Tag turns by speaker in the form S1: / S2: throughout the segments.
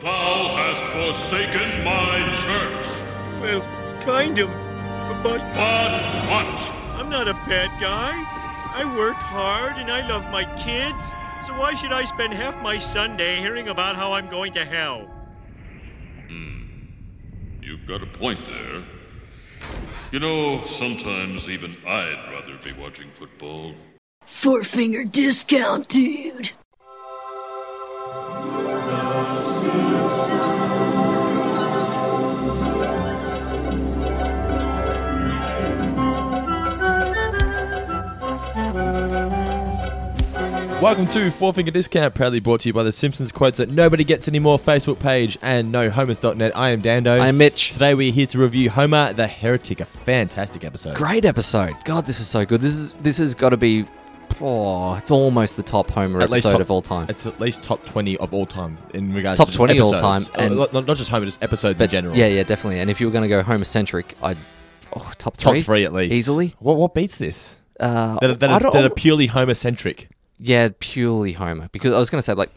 S1: Thou hast forsaken my church.
S2: Well, kind of. But
S1: But what?
S2: I'm not a bad guy. I work hard and I love my kids. So why should I spend half my Sunday hearing about how I'm going to hell?
S1: You've got a point there. You know, sometimes even I'd rather be watching football.
S3: Four finger discount, dude.
S4: Welcome to Four Finger Discount, proudly brought to you by the Simpsons Quotes That Nobody Gets Anymore Facebook page and nohomers.net. I am Dando.
S5: I'm Mitch.
S4: Today we're here to review Homer the Heretic, a fantastic episode.
S5: Great episode. God, this is so good. This is this has got to be. Oh, it's almost the top Homer
S4: At least
S5: episode
S4: top-
S5: of all time.
S4: It's at least top 20 of all time in regards
S5: Top
S4: to just
S5: 20 all
S4: episodes.
S5: time, and-
S4: Uh, not, not just Homer, just episodes in general.
S5: Yeah, yeah, definitely. And if you were going to go Homer-centric, I'd oh, top
S4: Top
S5: three,
S4: three, at least.
S5: easily.
S4: What, what beats this?
S5: Uh,
S4: That, are- that,
S5: I
S4: are,
S5: don't-
S4: that are purely Homer-centric.
S5: yeah, purely Homer because I was going to say like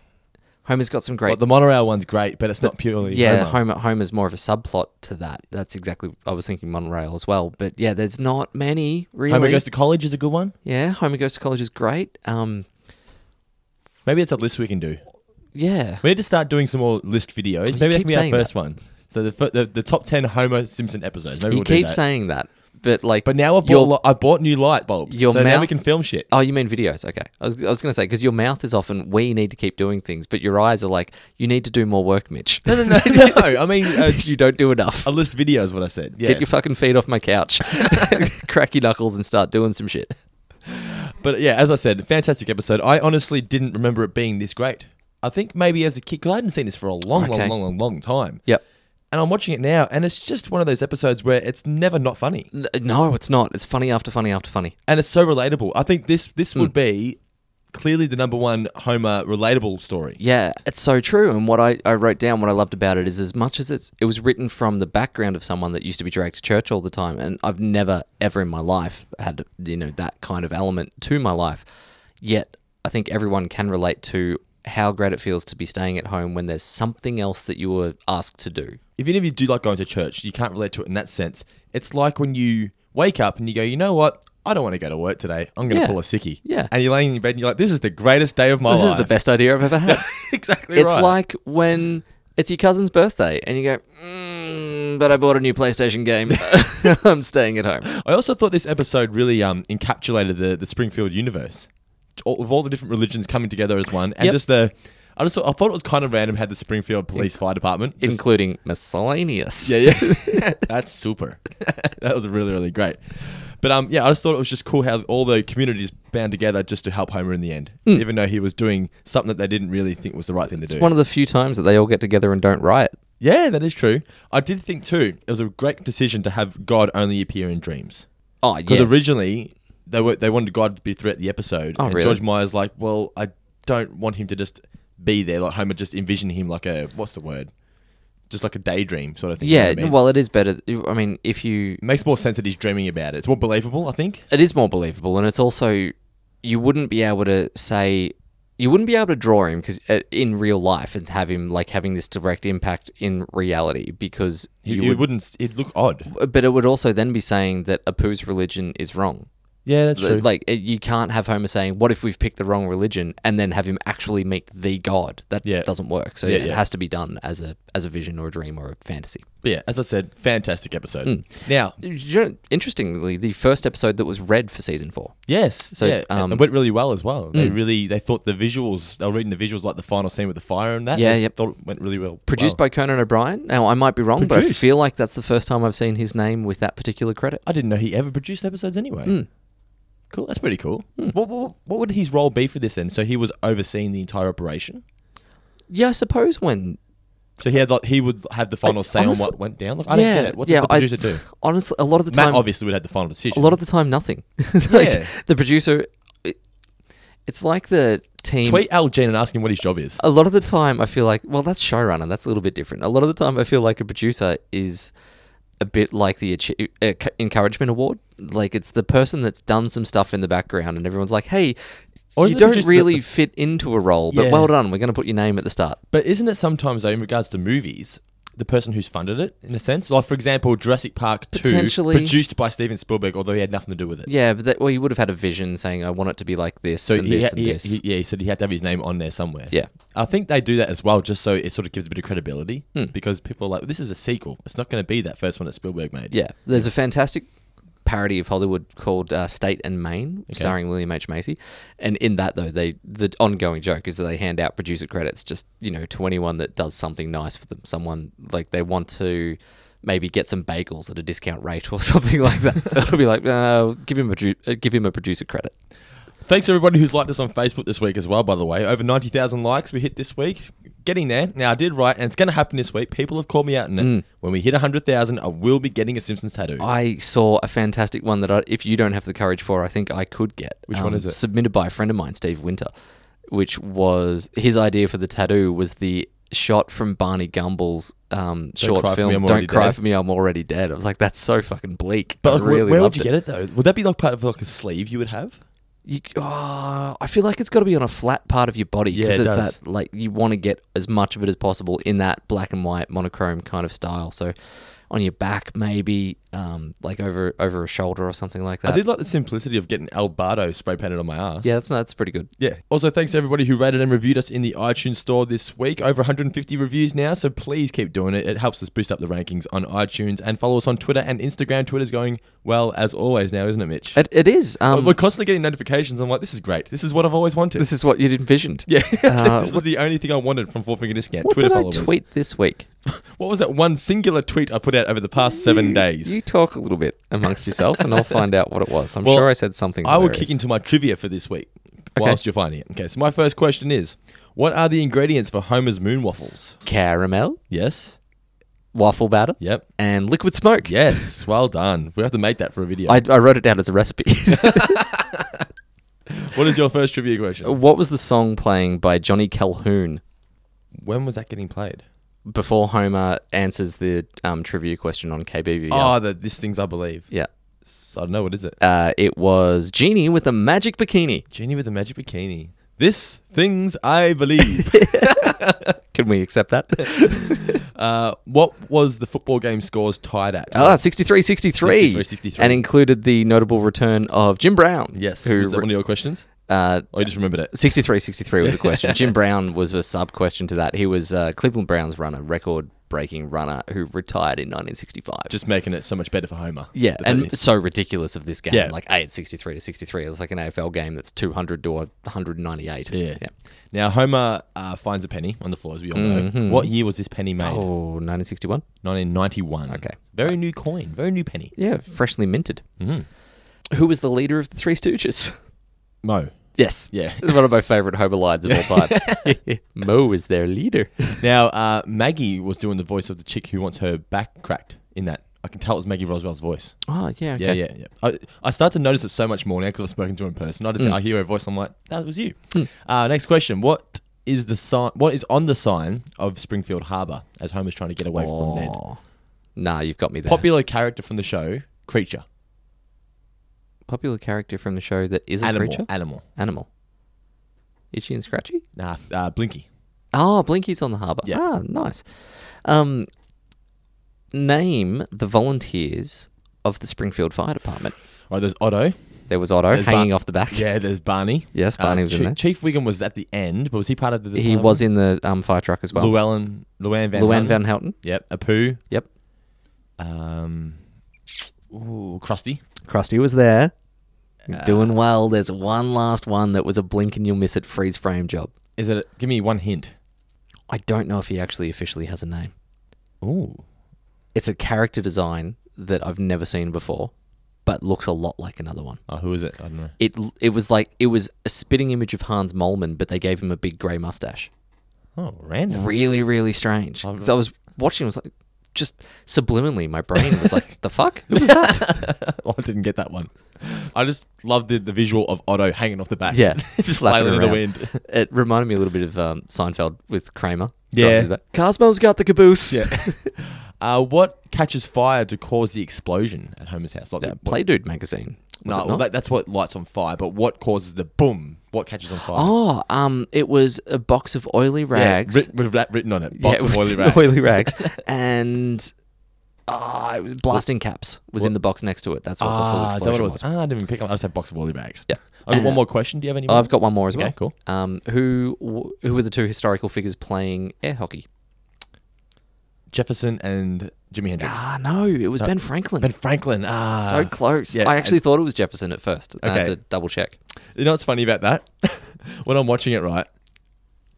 S5: Homer's got some great.
S4: Well, the monorail one's great, but it's not purely
S5: yeah,
S4: Homer.
S5: Homer. Homer's more of a subplot to that. That's exactly. I was thinking monorail as well, but yeah, there's not many really.
S4: Homer Goes to College is a good one.
S5: yeah, Homer goes to college is great. Um,
S4: Maybe it's a list we can do.
S5: yeah,
S4: We need to start doing some more list videos.
S5: you
S4: Maybe that can
S5: keep
S4: be our
S5: saying
S4: first one. So the, fir- the the top ten Homer Simpson episodes. Maybe
S5: you
S4: we'll do
S5: keep
S4: that.
S5: saying that, but like,
S4: But now I've bought
S5: your-
S4: li- I bought new light bulbs.
S5: your
S4: so now we
S5: mouth-
S4: can film shit.
S5: Oh, you mean videos? Okay, I was, I was going to say because your mouth is often we need to keep doing things, but your eyes are like you need to do more work, Mitch.
S4: No, no, no, no. I mean, uh,
S5: you don't do enough.
S4: a list video is what I said. Yeah.
S5: Get your fucking feet off my couch, crack your knuckles, and start doing some shit.
S4: but yeah, as I said, fantastic episode. I honestly didn't remember it being this great. I think maybe as a kid, because I hadn't seen this for a long, long,
S5: Okay.
S4: long, long, long time.
S5: Yep.
S4: And I'm watching it now, and it's just one of those episodes where it's never not funny,
S5: N- No, it's not. It's funny after funny after funny.
S4: and it's so relatable. I think this
S5: Hmm.
S4: this would be clearly the number one Homer relatable story.
S5: Yeah, it's so true. And what I, I wrote down, what I loved about it is as much as it's it was written from the background of someone that used to be dragged to church all the time, and I've never ever in my life had you know that kind of element to my life. Yet I think everyone can relate to how great it feels to be staying at home when there's something else that you were asked to do.
S4: if any of you do like going to church, you can't relate to it in that sense. It's like when you wake up and you go, you know what? I don't want to go to work today. I'm going to
S5: Yeah.
S4: pull a sickie.
S5: Yeah.
S4: And you're laying in your bed and you're like, this is the greatest day of my
S5: This
S4: life.
S5: is the best idea I've ever had.
S4: exactly
S5: it's
S4: Oh, right.
S5: like when it's your cousin's birthday and you go, mm, but I bought a new PlayStation game. I'm staying at home.
S4: I also thought this episode really um, encapsulated the, the Springfield universe all, of all the different religions coming together as one. And
S5: Yep.
S4: just the, I just thought, I thought it was kind of random had the Springfield Police Fire Department. Just-
S5: Including miscellaneous.
S4: Yeah, yeah. That's super. that was really, really great. But um, yeah, I just thought it was just cool how all the communities band together just to help Homer in the end, even though he was doing something that they didn't really think was the right thing to do.
S5: Hmm. It's one of the few times that they all get together and don't riot.
S4: yeah, that is true. I did think too it was a great decision to have God only appear in dreams
S5: Oh
S4: because
S5: yeah,
S4: originally they were they wanted God to be throughout the episode.
S5: Oh,
S4: and
S5: really?
S4: George Meyer's like, well, I don't want him to just be there. Like Homer just envisioned him like a what's the word, just like a daydream sort of thing. you know
S5: yeah.
S4: what I mean?
S5: Well, it is better. I mean, if you,
S4: makes more sense that he's dreaming about it. It's more believable, I think.
S5: it is more believable, and it's also you wouldn't be able to say you wouldn't be able to draw him because uh, in real life and have him like having this direct impact in reality because
S4: You,
S5: you,
S4: you
S5: would, Uh,
S4: wouldn't. It'd look odd.
S5: But it would also then be saying that Apu's religion is wrong.
S4: Yeah, that's
S5: Th- Like it, you can't have Homer saying, "What if we've picked the wrong religion?" and then have him actually meet the god. That
S4: Yeah.
S5: doesn't work. So
S4: Yeah,
S5: yeah,
S4: yeah.
S5: it has to be done as a as a vision or a dream or a fantasy.
S4: but yeah, as I said, fantastic episode.
S5: Hmm.
S4: Now,
S5: you know, interestingly, the first episode that was read for season four.
S4: yes,
S5: So,
S4: yeah,
S5: um, hmm.
S4: it went really well as well. They really, they thought the visuals. They were reading the visuals like the final scene with the fire and that.
S5: Yeah,
S4: they
S5: yep.
S4: thought it went really well.
S5: Produced by Conan O'Brien. Now, I might be wrong, but I
S4: Produced?
S5: feel like that's the first time I've seen his name with that particular credit.
S4: I didn't know he ever produced episodes anyway.
S5: Hmm.
S4: Cool, that's pretty cool. What, what, what would his role be for this then? So he was overseeing the entire operation.
S5: Yeah, I suppose when.
S4: So he had like he would have the final say
S5: honestly-
S4: on what went down. Like, I don't
S5: yeah,
S4: get it. What
S5: yeah,
S4: does the
S5: I-
S4: producer do?
S5: Honestly, a lot of the
S4: Matt
S5: time,
S4: obviously would have the final
S5: a
S4: decision.
S5: lot of the time, nothing. like,
S4: Yeah.
S5: The producer, it, it's like the team.
S4: Tweet Al Jean and ask him what his job is.
S5: A lot of the time, I feel like, well, that's showrunner. That's a little bit different. A lot of the time, I feel like a producer is a bit like the achie- uh, c- encouragement award. Like it's the person that's done some stuff in the background, and everyone's like, "Hey,
S4: Or
S5: you
S4: isn't it
S5: don't
S4: just the-
S5: really
S4: the-
S5: fit into a role, but
S4: Yeah.
S5: well done. We're going to put your name at the start.
S4: But isn't it sometimes though, in regards to movies, the person who's funded it, in a sense, like for example, Jurassic Park two,
S5: Potentially.
S4: produced by Steven Spielberg, although he had nothing to do with it.
S5: Yeah, but that, well, you would have had a vision saying, "I want it to be like this
S4: So
S5: and
S4: he,
S5: this
S4: had,
S5: and
S4: he,
S5: this."
S4: he- yeah, he said he had to have his name on there somewhere.
S5: Yeah.
S4: I think they do that as well, just so it sort of gives a bit of credibility
S5: Hmm.
S4: because people are like, this is a sequel. It's not going to be that first one that Spielberg made.
S5: yeah, there's a fantastic parody of Hollywood called uh, "State and Main," starring William H Macy, and in that though, they the ongoing joke is that they hand out producer credits just you know to anyone that does something nice for them. Someone like they want to. Maybe get some bagels at a discount rate or something like that. So it'll be like, uh, give him a produ- uh, give him a producer credit.
S4: Thanks everybody who's liked us on Facebook this week as well. By the way, over ninety thousand likes we hit this week. Getting there. Now I did write, and it's going to happen this week. People have called me out on it. When we hit hundred thousand, I will be getting a Simpsons tattoo.
S5: Mm. I saw a fantastic one that I, if you don't have the courage for, I think I could get. um,
S4: Which one is it?
S5: Submitted by a friend of mine, Steve Winter, which was his idea for the tattoo was the shot from Barney Gumble's um, short
S4: Cry For Me,
S5: film.
S4: I'm Already
S5: don't cry
S4: Dead."
S5: for me, I'm already dead. I was like, that's so fucking bleak.
S4: but
S5: I
S4: like, where-
S5: really
S4: where would
S5: loved
S4: you get it though? Would that be like part of like a sleeve you would have?
S5: You, oh, I feel like it's got to be on a flat part of your body
S4: Yeah,
S5: because
S4: it
S5: it's
S4: does.
S5: that like you want to get as much of it as possible in that black and white monochrome kind of style. So. On your back, maybe, um, like over over a shoulder or something like that.
S4: I did like the simplicity of getting Albardo spray painted on my ass.
S5: Yeah, that's not, that's pretty good.
S4: Yeah. Also, thanks to everybody who rated and reviewed us in the iTunes store this week. Over 150 reviews now, so please keep doing it. It helps us boost up the rankings on iTunes and follow us on Twitter and Instagram. Twitter's going well as always now, isn't it, Mitch?
S5: It, it is. Um,
S4: We're constantly getting notifications. I'm like, this is great. Oh, This is what I've always wanted.
S5: this is what you'd envisioned.
S4: yeah.
S5: Uh,
S4: this
S5: what-
S4: was the only thing I wanted from Four Finger Discount.
S5: what
S4: Twitter
S5: did I
S4: followers.
S5: tweet this week?
S4: What was that one singular tweet I put out over the past seven days?
S5: You talk a little bit amongst yourself, and I'll find out what it was. I'm
S4: Well,
S5: sure I said something.
S4: I will
S5: hilarious.
S4: kick into my trivia for this week whilst you're finding it. Okay, so my first question is What are the ingredients for Homer's moon waffles?
S5: caramel,
S4: Yes.
S5: waffle batter,
S4: Yep.
S5: and liquid smoke.
S4: Yes, well done. We have to make that for a video.
S5: I, I wrote it down as a recipe.
S4: what is your first trivia question?
S5: what was the song playing by Johnny Calhoun
S4: When was that getting played?
S5: before Homer answers the um, trivia question on KBBL?
S4: Oh, the this things I believe.
S5: yeah.
S4: S- I don't know what is it.
S5: Uh, it was Genie with a magic bikini.
S4: Genie with the magic bikini. This things I believe.
S5: Can we accept that?
S4: uh, what was the football game scores tied at?
S5: Ah, 63 63.
S4: 63.
S5: And included the notable return of Jim Brown.
S4: yes.
S5: Who
S4: was that one of your questions?
S5: uh,
S4: Oh, you just remembered it.
S5: 63 63 was a question. Jim Brown was a sub question to that. He was uh, Cleveland Browns runner, record breaking runner who retired in 1965.
S4: Just making it so much better for Homer.
S5: yeah,
S4: But
S5: and
S4: that-
S5: so ridiculous of this game.
S4: Yeah.
S5: Like, A, it's 63 to 63. It's like an AFL game that's 200 to 198.
S4: yeah. Now Homer uh, finds a penny on the floor, as we all know. What year was this penny made?
S5: Mm-hmm. Oh, 1961?
S4: 1991.
S5: Okay.
S4: Very new coin. Very new penny.
S5: Yeah, freshly minted.
S4: Mm.
S5: Who was the leader of the Three Stooges?
S4: Mo.
S5: Yes.
S4: Yeah.
S5: It's one of my favorite Homer lines of all time. Mo is their leader.
S4: Now, uh, Maggie was doing the voice of the chick who wants her back cracked in that. I can tell it was Maggie Roswell's voice.
S5: Oh, yeah.
S4: Yeah, yeah, yeah. I, I start to notice it so much more now because I've spoken to her in person. I
S5: Mm.
S4: just I hear her voice. I'm like, that was you. Uh, next question: What is the sign? What is on the sign of Springfield Harbour as Homer's trying to get away from Ned?
S5: Oh. Nah, you've got me there.
S4: Popular character from the show, creature,
S5: popular character from the show that is a
S4: animal,
S5: creature?
S4: animal.
S5: Animal. Itchy and Scratchy?
S4: Nah, uh, Blinky.
S5: Oh, Blinky's on the harbour.
S4: Yeah.
S5: Ah, nice. Um, name the volunteers of the Springfield Fire Department.
S4: Right, there's Otto.
S5: There was Otto
S4: There's
S5: hanging
S4: Bar-
S5: off the back.
S4: Yeah, there's Barney. Uh,
S5: Yes, Barney was in
S4: Chi-
S5: there.
S4: Chief Wiggum was at the end, but was he part of the?
S5: He was in the um, fire truck as well.
S4: Llewellyn, Luann Van.
S5: Luann
S4: Houten.
S5: Van Houten.
S4: Yep, Apu.
S5: Yep.
S4: Um, ooh, Krusty.
S5: Krusty was there. Doing well. There's one last one that was a blink and you'll miss it freeze frame job.
S4: Is it? Give me one hint.
S5: I don't know if he actually officially has a name.
S4: Ooh,
S5: it's a character design that I've never seen before, but looks a lot like another one.
S4: oh, who is it? I don't know.
S5: It it was like it was a spitting image of Hans Molman, but they gave him a big grey mustache.
S4: Oh, random.
S5: Really, really strange. Because I was watching, I was like, just subliminally, my brain was like, "The fuck? Who was that?"
S4: I didn't get that one. I just love the, the visual of Otto hanging off the back.
S5: Yeah,
S4: just
S5: flapping
S4: flailing in the
S5: around.
S4: wind.
S5: It reminded me a little bit of um, Seinfeld with Kramer.
S4: Yeah.
S5: Driving the back. Cosmo's got the caboose.
S4: Yeah. uh, what catches fire to cause the explosion at Homer's house? Like the,
S5: Play Uh, Dude magazine.
S4: no,
S5: Was it
S4: well,
S5: not?
S4: that, that's what lights on fire. But what causes the boom What catches on fire?
S5: Oh, um, it was a box of oily
S4: yeah,
S5: rags.
S4: writ- with that written on it. Box
S5: it
S4: of
S5: was
S4: oily rags.
S5: oily rags. and ah, it was blasting caps was in the box next to it. That's what the full
S4: Ah, is that what
S5: explosion
S4: it
S5: was.
S4: was? Ah, I didn't even pick up. I just had box of oily bags.
S5: Yeah.
S4: I've got
S5: Uh,
S4: one more question. Do you have any? More?
S5: I've got one more as well.
S4: Okay, cool.
S5: Um, who w- who were the two historical figures playing air hockey?
S4: Jefferson and Jimi Hendrix.
S5: Ah, no, it was Ben Franklin.
S4: Ben Franklin. Ah,
S5: so close.
S4: yeah,
S5: I actually
S4: and-
S5: thought it was Jefferson at first. I had
S4: Okay.
S5: to double check.
S4: You know what's funny about that? when I'm watching it, right?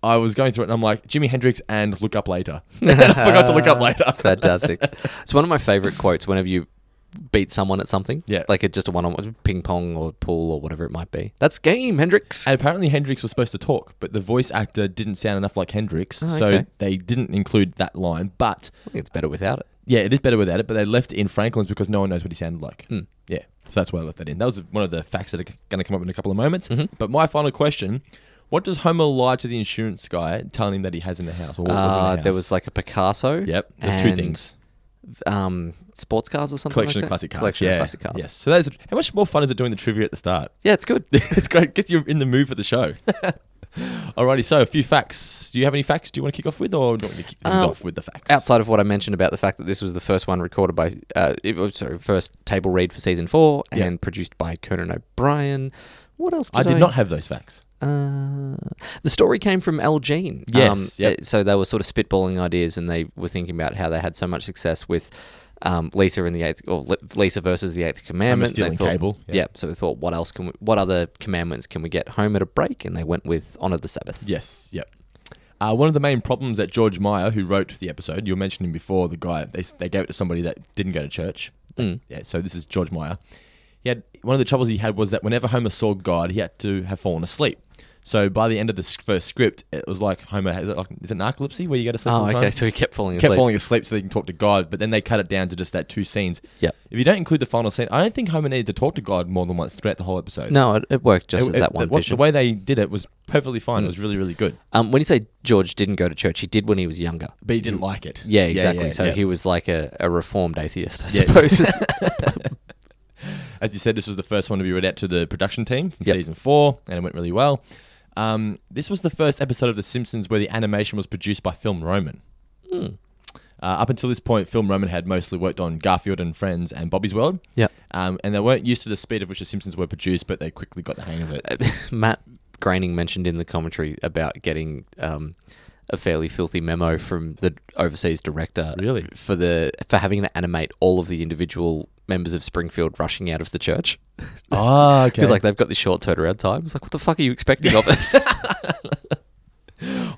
S4: I was going through it and I'm like, Jimi Hendrix and look up later. And I forgot to look up later.
S5: Fantastic. it's one of my favorite quotes whenever you beat someone at something.
S4: Yeah.
S5: Like it's just a one on one ping pong or pool or whatever it might be. That's game, Hendrix.
S4: And apparently Hendrix was supposed to talk, but the voice actor didn't sound enough like Hendrix, so
S5: Oh, okay.
S4: they didn't include that line. But
S5: I think it's better without it.
S4: yeah, it is better without it. But they left it in Franklin's because no one knows what he sounded like.
S5: Hmm.
S4: Yeah, so that's why I left that in. That was one of the facts that are going to come up in a couple of moments.
S5: Mm-hmm.
S4: But my final question: What does Homer lie to the insurance guy, telling him that he has in the house? Or what was in the
S5: Uh,
S4: house?
S5: there was like a Picasso.
S4: yep. There's two
S5: and,
S4: things.
S5: Um, sports cars or something.
S4: collection of
S5: like that?
S4: classic cars.
S5: Collection
S4: yeah.
S5: of classic cars.
S4: Yes. So that is how much more fun is it doing the trivia at the start?
S5: Yeah, it's good.
S4: it's great. Gets you in the mood for the show. Alrighty. So a few facts. Do you have any facts? Do you want to kick off with, or do you want me to kick things
S5: Uh,
S4: off with the facts?
S5: Outside of what I mentioned about the fact that this was the first one recorded by, uh, it was, sorry, first table read for season four and
S4: Yeah.
S5: produced by Conan O'Brien. What else did
S4: I
S5: I?
S4: did not have those facts.
S5: Uh, the story came from Al Jean.
S4: Yes, yep.
S5: uh, So they were sort of spitballing ideas, and they were thinking about how they had so much success with um, Lisa in the eighth, or Li- Lisa versus the Eighth Commandment. They
S4: Stealing
S5: thought-
S4: Cable,
S5: Yeah.
S4: yeah.
S5: So we thought, what else can we? What other commandments can we get home at a break? And they went with honor the Sabbath.
S4: Yes. Yep. Uh, one of the main problems that George Meyer, who wrote the episode, you were mentioning before, the guy they they gave it to somebody that didn't go to church.
S5: Mm.
S4: Yeah. So this is George Meyer. He had one of the troubles he had was that whenever Homer saw God, he had to have fallen asleep. So by the end of the s- first script, it was like Homer has like, is it narcolepsy where you go to sleep? all
S5: Oh,
S4: the
S5: okay.
S4: time?
S5: So he kept falling asleep.
S4: kept falling asleep so they can talk to God, but then they cut it down to just that two scenes.
S5: Yep.
S4: If you don't include the final scene, I don't think Homer needed to talk to God more than once throughout the whole episode.
S5: No, it, it worked just
S4: It-
S5: as
S4: it-
S5: that one
S4: the, what-
S5: vision. Mm.
S4: the way they did it was perfectly fine. It was really, really good.
S5: um, when you say George didn't go to church, he did when he was younger.
S4: But he didn't like it.
S5: Yeah, exactly.
S4: yeah,
S5: so
S4: yeah.
S5: he was like a, a reformed atheist, I
S4: Yeah.
S5: suppose. is-
S4: as you said, this was the first one to be read out to the production team from
S5: Yep.
S4: season four, and it went really well. Um, this was the first episode of The Simpsons where the animation was produced by Film Roman.
S5: Hmm.
S4: Uh, up until this point, Film Roman had mostly worked on Garfield and Friends and Bobby's World.
S5: Yep.
S4: Um, and they weren't used to the speed at which The Simpsons were produced, but they quickly got the hang of it.
S5: Matt Groening mentioned in the commentary about getting um, a fairly filthy memo from the overseas director,
S4: Really?
S5: for the for having to animate all of the individual members of Springfield rushing out of the church.
S4: Ah, okay.
S5: Because like they've got this short turnaround time. It's like, what the fuck are you expecting of us?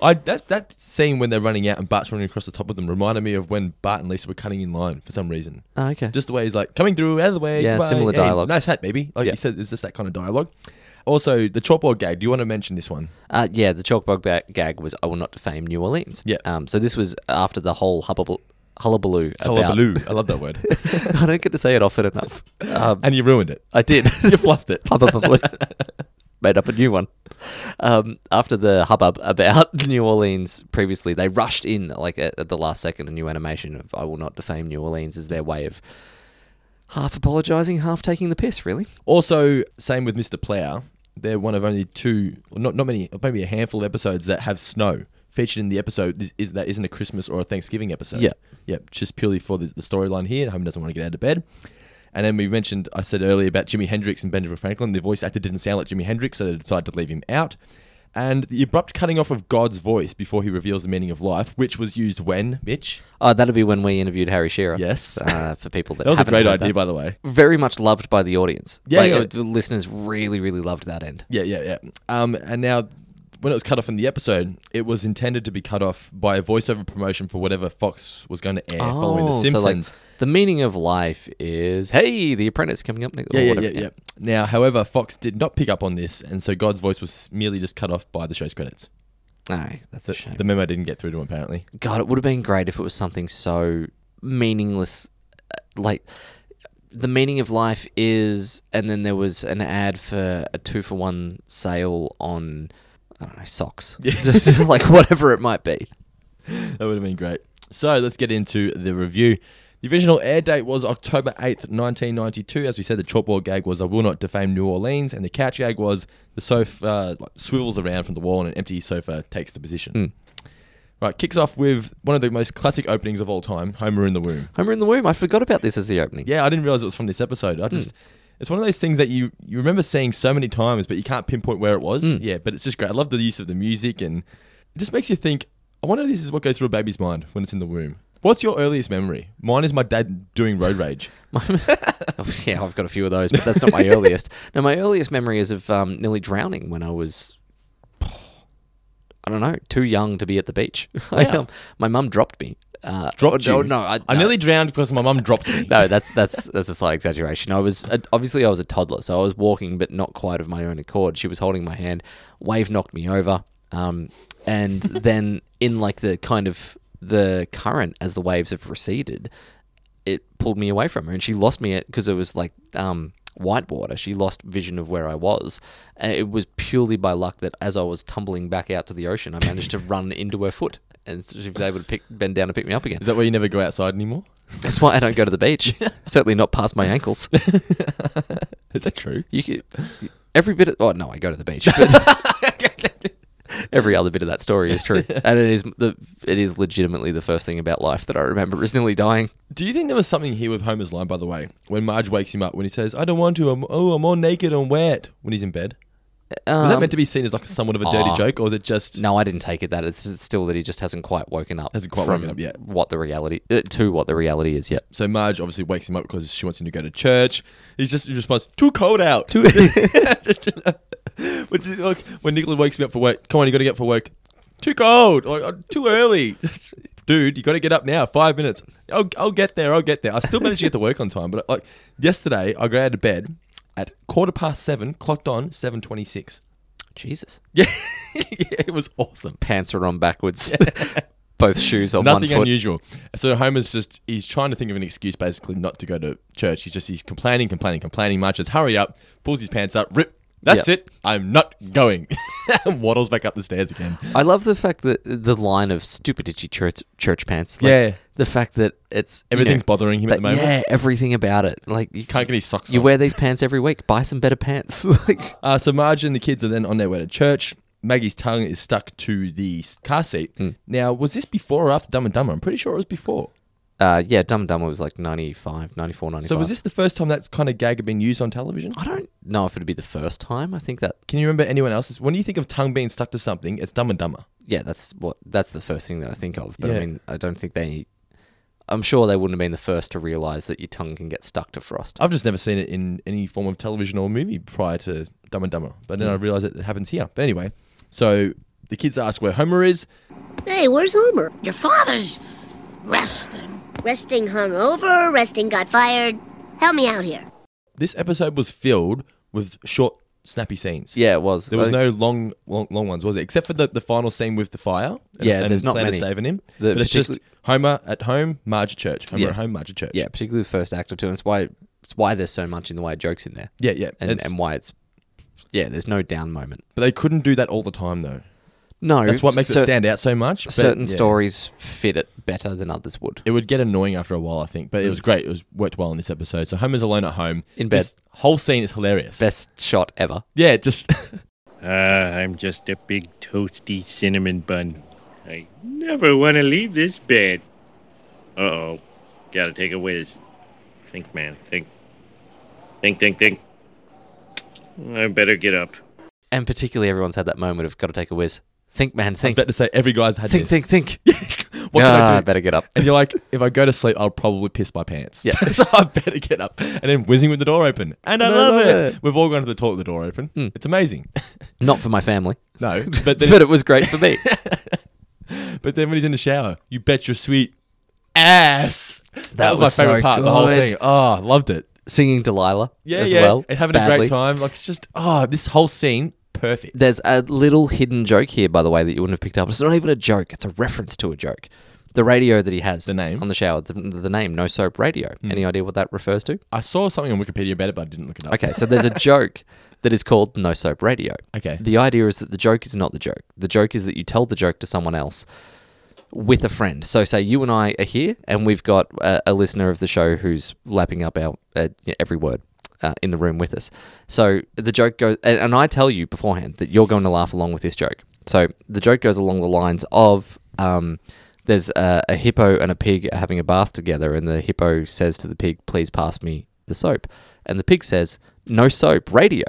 S4: I, that, that scene when they're running out and Bart's running across the top of them reminded me of when Bart and Lisa were cutting in line for some reason.
S5: oh, okay.
S4: Just the way he's like coming through, out of the way.
S5: Yeah,
S4: goodbye,
S5: similar
S4: hey,
S5: dialogue.
S4: nice hat, baby. Like
S5: Yeah.
S4: you said, it's just that kind of dialogue. Also, the chalkboard gag. Do you want to mention this one?
S5: Uh, yeah, the chalkboard ba- gag was "I will not defame New Orleans."
S4: Yeah.
S5: Um, so this was after the whole hubbub- hullabaloo about.
S4: Hullabaloo. I love that word.
S5: I don't get to say it often enough. Um,
S4: and you ruined it.
S5: I did.
S4: You fluffed it.
S5: Probably. Made up a new one. Um, after the hubbub about New Orleans previously, they rushed in like at, at the last second a new animation of "I will not defame New Orleans" as their way of half apologizing, half taking the piss. Really,
S4: Also, same with Mr. Plough. They're one of only two, not not many, maybe a handful of episodes that have snow featured in the episode is- is that isn't a Christmas or a Thanksgiving episode.
S5: Yeah.
S4: Yep. Just purely for the, the storyline here. Homer doesn't want to get out of bed. And then we mentioned, I said earlier about Jimi Hendrix and Benjamin Franklin. The voice actor didn't sound like Jimi Hendrix, so they decided to leave him out. And the abrupt cutting off of God's voice before he reveals the meaning of life, which was used when, Mitch?
S5: oh, that'll be when we interviewed Harry Shearer.
S4: Yes.
S5: uh, for people that
S4: That was a
S5: haven't
S4: great
S5: heard
S4: idea,
S5: that.
S4: by the way.
S5: very much loved by the audience.
S4: Yeah,
S5: Like,
S4: yeah.
S5: uh, The listeners really, really loved that end.
S4: Yeah, yeah, yeah. Um, and now, when it was cut off in the episode, it was intended to be cut off by a voiceover promotion for whatever Fox was going to air following The
S5: Oh, so like
S4: Simpsons.
S5: the meaning of life is hey, the apprentice coming up next. or
S4: yeah, yeah,
S5: whatever.
S4: yeah, yeah. Now, however, Fox did not pick up on this, and so God's voice was merely just cut off by the show's credits.
S5: Aye, that's a shame.
S4: The memo didn't get through to him, apparently.
S5: God, it would have been great if it was something so meaningless, uh, like the meaning of life is. And then there was an ad for a two for one sale on I don't know socks, just like whatever it might be.
S4: That would have been great. So let's get into the review. The original air date was October 8th, 1992. As we said, the chalkboard gag was I will not defame New Orleans, and the couch gag was the sofa uh, like, swivels around from the wall and an empty sofa takes the position. Right, kicks off with one of the most classic openings of all time Homer in the Womb.
S5: Homer in the Womb. I forgot about this as the opening.
S4: Yeah, I didn't realize it was from this episode. I just.
S5: Hmm.
S4: It's one of those things that you, you remember seeing so many times, but you can't pinpoint where it was.
S5: Hmm.
S4: Yeah, but it's just great. I love the use of the music, and it just makes you think. I wonder if this is what goes through a baby's mind when it's in the womb. What's your earliest memory? Mine is my dad doing road rage.
S5: yeah, I've got a few of those, but that's not my earliest. No, my earliest memory is of um, nearly drowning when I was, I don't know, too young to be at the beach. I, um, my mum dropped me. Uh,
S4: Dropped
S5: oh,
S4: you?
S5: No, no, I,
S4: I
S5: no.
S4: nearly drowned because my mum dropped me.
S5: No, that's that's that's a slight exaggeration. I was uh, obviously I was a toddler, so I was walking, but not quite of my own accord. She was holding my hand. Wave knocked me over, um, and then in like the kind of the current as the waves have receded, it pulled me away from her, and she lost me because it was like um, white water. She lost vision of where I was. Uh, It was purely by luck that as I was tumbling back out to the ocean, I managed to run into her foot. And so she was able to pick, bend down and pick me up again.
S4: Is that why you never go outside anymore?
S5: That's why I don't go to the beach. Certainly not past my ankles.
S4: Is that true?
S5: You could, every bit of oh no, I go to the beach. but- every other bit of that story is true, and it is the it is legitimately the first thing about life that I remember is nearly dying.
S4: Do you think there was something here with Homer's line, by the way, when Marge wakes him up when he says, "I don't want to. I'm, oh, I'm all naked and wet" when he's in bed? Was that
S5: Um, Ah.
S4: meant to be seen as like somewhat of a dirty joke, or was it just
S5: no, I didn't take it that it's it's still that he just hasn't quite woken up.
S4: Hasn't quite
S5: from
S4: woken up yet.
S5: What the reality uh, to what the reality is yet.
S4: So Marge obviously wakes him up because she wants him to go to church. He's just he responds, "Too cold out." Which is like when Nicola wakes me up for work. Come on, you got to get up for work. Too cold. Like, "Oh, too early. Dude, you got to get up now. Five minutes. I'll, I'll get there. I'll get there. I still managed to get to work on time, but like yesterday, I got out of bed at quarter past seven, clocked on seven twenty-six.
S5: Jesus,
S4: Yeah, yeah, it was awesome.
S5: pants are on backwards. Both shoes on
S4: Nothing
S5: one foot.
S4: unusual. So Homer's just he's trying to think of an excuse basically not to go to church. He's just he's complaining, complaining, complaining. Marches, hurry up, pulls his pants up, rip. That's
S5: Yeah.
S4: it. I'm not going. and waddles back up the stairs again.
S5: I love the fact that the line of stupidity church church pants. Like,
S4: Yeah.
S5: the fact that it's you know,
S4: Everything's bothering him at
S5: that-
S4: the moment.
S5: Yeah, everything about it. Like you
S4: Can't get his socks
S5: You
S4: on.
S5: wear these pants every week. Buy some better pants. like
S4: Uh, so Marge and the kids are then on their way to church. Maggie's tongue is stuck to the s- car seat.
S5: Hmm.
S4: Now, was this before or after Dumb and Dumber? I'm pretty sure it was before.
S5: uh, yeah, Dumb and Dumber was like 95, 94, 95.
S4: So was this the first time that kind of gag had been used on television?
S5: I don't know if it'd be the first time. I think that
S4: Can you remember anyone else's? When you think of tongue being stuck to something, it's Dumb and Dumber.
S5: yeah, that's what that's the first thing that I think of. But
S4: Yeah.
S5: I mean, I don't think they. I'm sure they wouldn't have been the first to realize that your tongue can get stuck to frost.
S4: I've just never seen it in any form of television or movie prior to Dumb and Dumber. But
S5: Mm.
S4: then I realised that it happens here. But anyway, so the kids ask where Homer is.
S6: Hey, where's Homer?
S3: Your father's resting.
S6: Resting hungover, resting got fired. Help me out here.
S4: This episode was filled with short, snappy scenes.
S5: Yeah, it was. Oh,
S4: There was
S5: I-
S4: no long, long, long ones, was it? Except for the, the final scene with the fire. and-
S5: Yeah,
S4: and
S5: there's not
S4: Flanders
S5: many.
S4: saving him.
S5: The
S4: but it's just
S5: particular-
S4: Homer at home, Marge at church. Homer
S5: Yeah.
S4: at home, Marge at church.
S5: Yeah, particularly the first act or two. And it's why it's why there's so much in the way of jokes in there.
S4: yeah, yeah.
S5: and,
S4: It's-
S5: and why it's yeah, there's no down moment.
S4: but they couldn't do that all the time, though.
S5: No,
S4: That's what makes
S5: cer-
S4: it stand out so much. but-
S5: Certain
S4: yeah.
S5: stories fit it better than others would.
S4: It would get annoying after a while, I think, but it was great. It was worked well in this episode. So Homer's alone at home
S5: Mm. In bed.
S4: This whole scene is hilarious.
S5: Best shot ever.
S4: Yeah, just
S2: Ah, I'm just a big toasty cinnamon bun. I never want to leave this bed. Uh oh. Gotta take a whiz. Think, man. Think. Think, think, think. I better get up.
S5: And particularly, everyone's had that moment of got to take a whiz. Think, man,
S4: I was
S5: think.
S4: about to say every guy's had
S5: Think,
S4: this.
S5: think, think.
S4: What can
S5: Ah,
S4: I do?
S5: better get up.
S4: And you're like, if I go to sleep, I'll probably piss my pants. Yeah. so I better get up. And then whizzing with the door open. And I, love, it. We've all gone to the toilet with the door open.
S5: Hmm.
S4: It's amazing.
S5: Not for my family,
S4: no, but
S5: but
S4: then,
S5: it was great for me.
S4: but then when he's in the shower, you bet your sweet ass. That, was,
S5: was
S4: my favorite
S5: so
S4: part. The whole
S5: good.
S4: thing. Oh, I loved it.
S5: Singing Delilah
S4: Yeah,
S5: as
S4: yeah.
S5: well.
S4: and having a
S5: badly.
S4: great time. Like it's just oh, this whole scene perfect.
S5: There's a little hidden joke here, by the way, that you wouldn't have picked up. It's not even a joke, it's a reference to a joke. The radio that he has the
S4: name? Hmm.
S5: on the shower, the, the name, No Soap Radio. Any idea what that refers to?
S4: I saw something on Wikipedia about it, but I didn't look it up.
S5: Okay, so there's a joke that is called no soap radio.
S4: Okay.
S5: The idea is that the joke is not the joke. The joke is that you tell the joke to someone else. with a friend. So say you and I are here, and we've got a, a listener of the show who's lapping up our uh, every word. Uh, in the room with us. So the joke goes, and, and I tell you beforehand that you're going to laugh along with this joke. So the joke goes along the lines of um, there's a, a hippo and a pig are having a bath together, and the hippo says to the pig, Please pass me the soap. And the pig says, No soap, radio.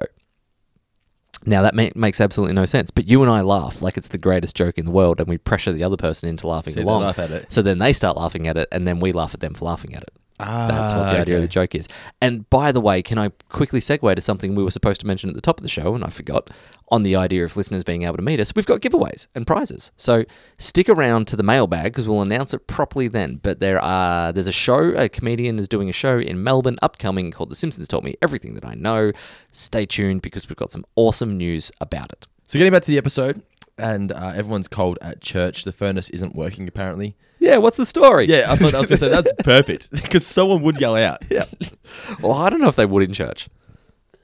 S5: Now that ma- makes absolutely no sense, but you and I laugh like it's the greatest joke in the world, and we pressure the other person into laughing
S4: they
S5: along.
S4: laugh at it.
S5: So then they start laughing at it, and then we laugh at them for laughing at it. That's what the
S4: Ah,
S5: idea of
S4: okay.
S5: the joke is. And by the way, can I quickly segue to something we were supposed to mention at the top of the show, and I forgot on the idea of listeners being able to meet us? We've got giveaways and prizes, so stick around to the mailbag because we'll announce it properly then. But there are there's a show a comedian is doing a show in Melbourne upcoming called The Simpsons Taught Me Everything That I Know. Stay tuned because we've got some awesome news about it.
S4: So getting back to the episode, and uh, everyone's cold at church. The furnace isn't working apparently.
S5: Yeah, what's the story?
S4: Yeah, I thought I was gonna say that's perfect because someone would yell out. Yeah,
S5: Well, I don't know if they would in church.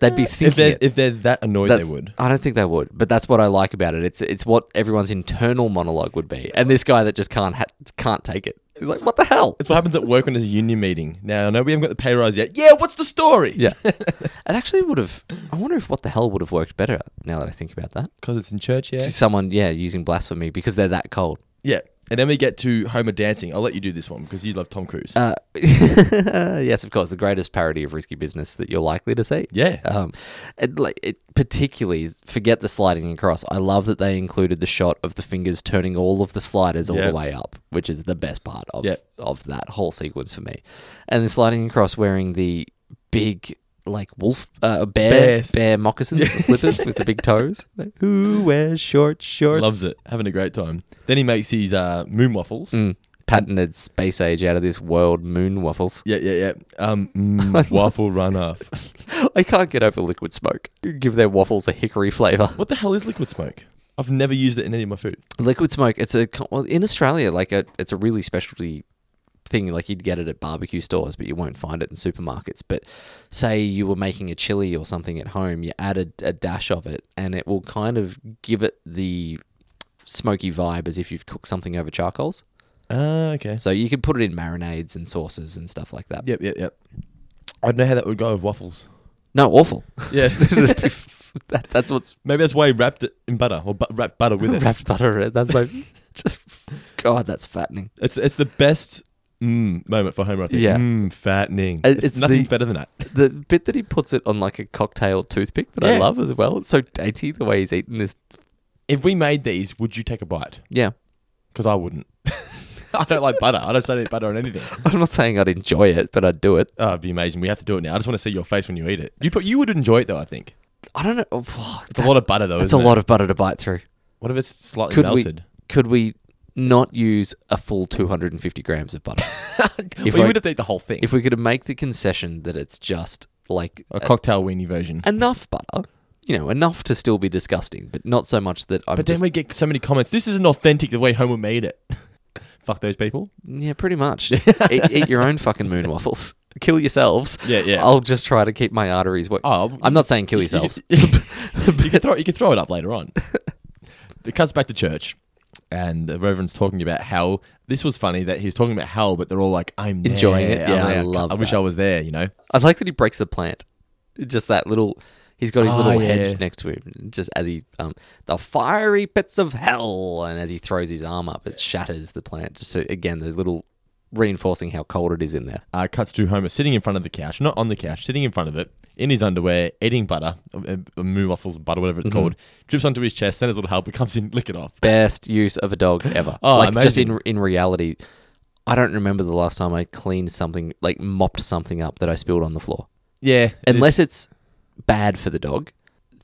S5: They'd be thinking
S4: if they're
S5: it.
S4: if they're that annoyed,
S5: That's-
S4: they would.
S5: I don't think they would, but that's what I like about it. It's it's what everyone's internal monologue would be, and this guy that just can't ha- can't take it. He's like, what the hell?
S4: It's what happens at work when there's a union meeting. Now I know we haven't got the pay rise yet. Yeah, what's the story?
S5: Yeah, it actually would have. I wonder if what the hell would have worked better now that I think about that.
S4: because it's in church. Yeah,
S5: Someone, yeah, using blasphemy because they're that cold.
S4: yeah. And then we get to Homer dancing. I'll let you do this one because you love Tom Cruise.
S5: Uh, yes, of course, the greatest parody of risky business that you're likely to see.
S4: Yeah.
S5: Um, and like it particularly forget the sliding across. I love that they included the shot of the fingers turning all of the sliders all
S4: Yeah.
S5: the way up, which is the best part of
S4: Yeah.
S5: of that whole sequence for me. And the sliding across wearing the big like wolf uh, bear
S4: Bears.
S5: bear moccasins slippers with the big toes. Like, Who wears short shorts?
S4: Loves it, having a great time. Then he makes his uh, moon waffles.
S5: Mm. Patented space age out of this world moon waffles.
S4: Yeah, yeah, yeah. Um, mm, waffle runoff.
S5: I can't get over liquid smoke. Give their waffles a hickory flavor.
S4: What the hell is liquid smoke? I've never used it in any of my food.
S5: Liquid smoke. It's a co- well in Australia, like a, it's a really specialty thing. Like you'd get it at barbecue stores, but you won't find it in supermarkets. But say you were making a chili or something at home, you added a dash of it, and it will kind of give it the smoky vibe as if you've cooked something over charcoals.
S4: Ah, okay.
S5: So you could put it in marinades and sauces and stuff like that.
S4: Yep, yep, yep. I don't know how that would go with waffles.
S5: No, awful.
S4: Yeah,
S5: that, that's what's
S4: maybe that's why he wrapped it in butter or bu- wrapped butter with it.
S5: wrapped butter. That's my just God. That's fattening.
S4: It's it's the best mm, moment for Homer. I think.
S5: Yeah.
S4: mm, fattening.
S5: Uh,
S4: It's,
S5: it's
S4: nothing
S5: the-
S4: better than that.
S5: The bit that he puts it on like a cocktail toothpick that I
S4: Yeah.
S5: love as well. It's so dainty the way he's eating this.
S4: If we made these, would you take a bite?
S5: Yeah.
S4: Because I wouldn't. I don't like butter. I don't say butter on anything.
S5: I'm not saying I'd enjoy it, but I'd do it.
S4: Oh, it'd be amazing. We have to do it now. I just want to see your face when you eat it. You put, you would enjoy it though. I think
S5: I don't know. Oh,
S4: it's a lot of butter though.
S5: That's a
S4: isn't it?
S5: lot of butter to bite through.
S4: What if it's slightly
S5: Could
S4: melted?
S5: we? Could we not use a full 250 grams of butter?
S4: if
S5: I-
S4: we would have to eat the whole thing.
S5: if we could make the concession that it's just like e
S4: a cocktail weenie version.
S5: enough butter, you know, enough to still be disgusting, but not so much that I'm
S4: but
S5: just
S4: then we get so many comments. This isn't authentic the way Homer made it. Fuck those people.
S5: Yeah, pretty much. eat, eat your own fucking moon waffles. Kill yourselves.
S4: Yeah, yeah.
S5: I'll just try to keep my arteries. Wo-
S4: Oh,
S5: I'm not saying kill yourselves.
S4: you can throw you can throw it up later on. it cuts back to church, and the reverend's talking about hell. This was funny that he's talking about hell, but they're all like, "I'm there.
S5: Enjoying it. Yeah,
S4: I'm
S5: I
S4: there.
S5: love
S4: I wish
S5: that.
S4: I was there." You know,
S5: I like that he breaks the plant. Just that little. He's got his
S4: Oh,
S5: little
S4: yeah.
S5: hedge next to him, just as he um the fiery pits of hell, and as he throws his arm up, it shatters the plant. Just so, again, those little reinforcing how cold it is in there.
S4: uh, cuts to Homer sitting in front of the couch, not on the couch, sitting in front of it, in his underwear, eating butter, uh, uh, moo waffles, butter, whatever
S5: Mm-hmm.
S4: it's called, drips onto his chest. Then his little helper comes in, lick it off.
S5: Best use of a dog ever.
S4: Oh,
S5: like just
S4: amazing.
S5: in in reality, I don't remember the last time I cleaned something like mopped something up that I spilled on the floor.
S4: Yeah, it is-
S5: Unless it's bad for the dog,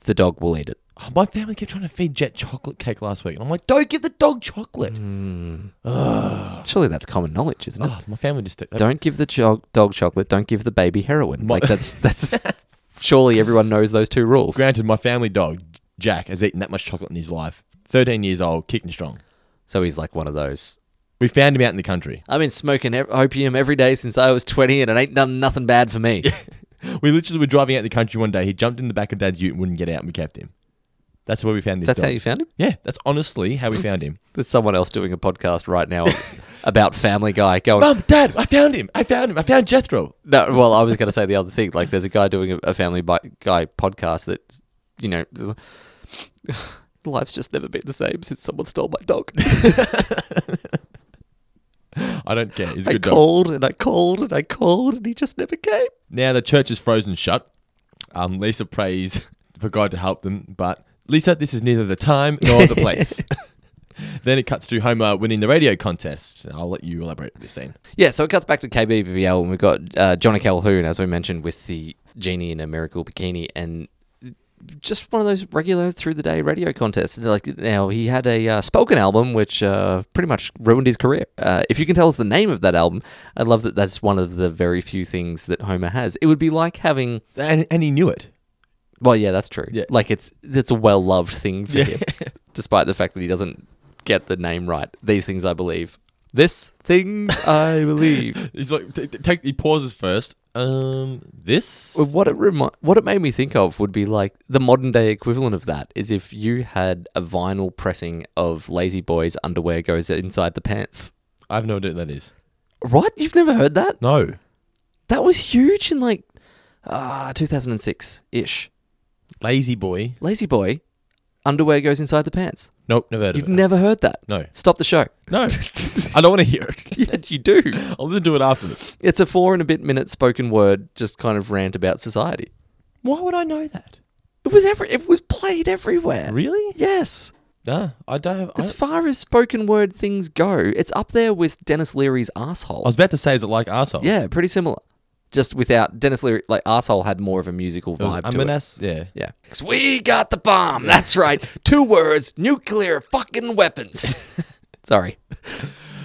S5: the dog will eat it.
S4: Oh, my family kept trying to feed Jet chocolate cake last week, and I'm like, "Don't give the dog chocolate."
S5: Surely Mm, that's common knowledge, isn't it?
S4: Oh, my family just
S5: Don't give the cho- dog chocolate. Don't give the baby heroin. Like that's that's surely everyone knows those two rules.
S4: Granted, my family dog Jack has eaten that much chocolate in his life. Thirteen years old, kicking strong.
S5: so he's like one of those.
S4: We found him out in the country.
S5: I've been smoking ev- opium every day since I was twenty, and it ain't done nothing bad for me.
S4: We literally were driving out in the country one day. He jumped in the back of Dad's Ute and wouldn't get out, and we kept him. That's where we found this
S5: That's
S4: dog.
S5: how you found him?
S4: Yeah, that's honestly how we found him.
S5: There's someone else doing a podcast right now about Family Guy going.
S4: Mum, Dad, I found him. I found him. I found Jethro.
S5: No, well, I was going to say the other thing. Like, there's a guy doing a, a Family Bi- Guy podcast that, you know, life's just never been the same since someone stole my dog.
S4: I don't care. He's a
S5: I
S4: good dog.
S5: called and I called and I called and he just never came.
S4: Now the church is frozen shut. Um, Lisa prays for God to help them, but Lisa, this is neither the time nor the place. then it cuts to Homer winning the radio contest. I'll let you elaborate this scene.
S5: Yeah, so it cuts back to KBBL and we've got uh, Johnny Calhoun, as we mentioned, with the genie in a miracle bikini and just one of those regular through the day radio contests. And Like now, he had a uh, spoken album which uh, pretty much ruined his career. Uh, if you can tell us the name of that album, I love that. That's one of the very few things that Homer has. It would be like having.
S4: And, and he knew it.
S5: Well, yeah, that's true.
S4: Yeah.
S5: Like it's it's a well loved thing for him, despite the fact that he doesn't get the name right. These things I believe. This things I believe.
S4: He's like, t- t- take. He pauses first. Um, this.
S5: Well, What it remi- what it made me think of would be like the modern day equivalent of that is if you had a vinyl pressing of Lazy Boy's underwear goes inside the pants.
S4: I have no idea what that is.
S5: Right? You've never heard that?
S4: No.
S5: That was huge in like uh, 2006 ish.
S4: Lazy boy.
S5: Lazy Boy, underwear goes inside the pants.
S4: Nope, never heard
S5: You've
S4: of it.
S5: never heard that?
S4: No.
S5: Stop the show.
S4: no. I don't want to hear it.
S5: Yeah, you do.
S4: I'll listen to it afterwards.
S5: It's a four and a bit minute spoken word, just kind of rant about society.
S4: Why would I know that?
S5: It was every. It was played everywhere.
S4: Really?
S5: Yes.
S4: Nah, I don't have. I,
S5: As far as spoken word things go, it's up there with Dennis Leary's asshole.
S4: I was about to say, is it like arsehole?
S5: yeah, pretty similar. Just without Dennis Leary, like asshole had more of a musical
S4: It was-
S5: vibe
S4: I'm
S5: to
S4: an
S5: it.
S4: ass. Yeah.
S5: yeah, 'Cause we got the bomb. That's right. Two words: nuclear fucking weapons. Sorry.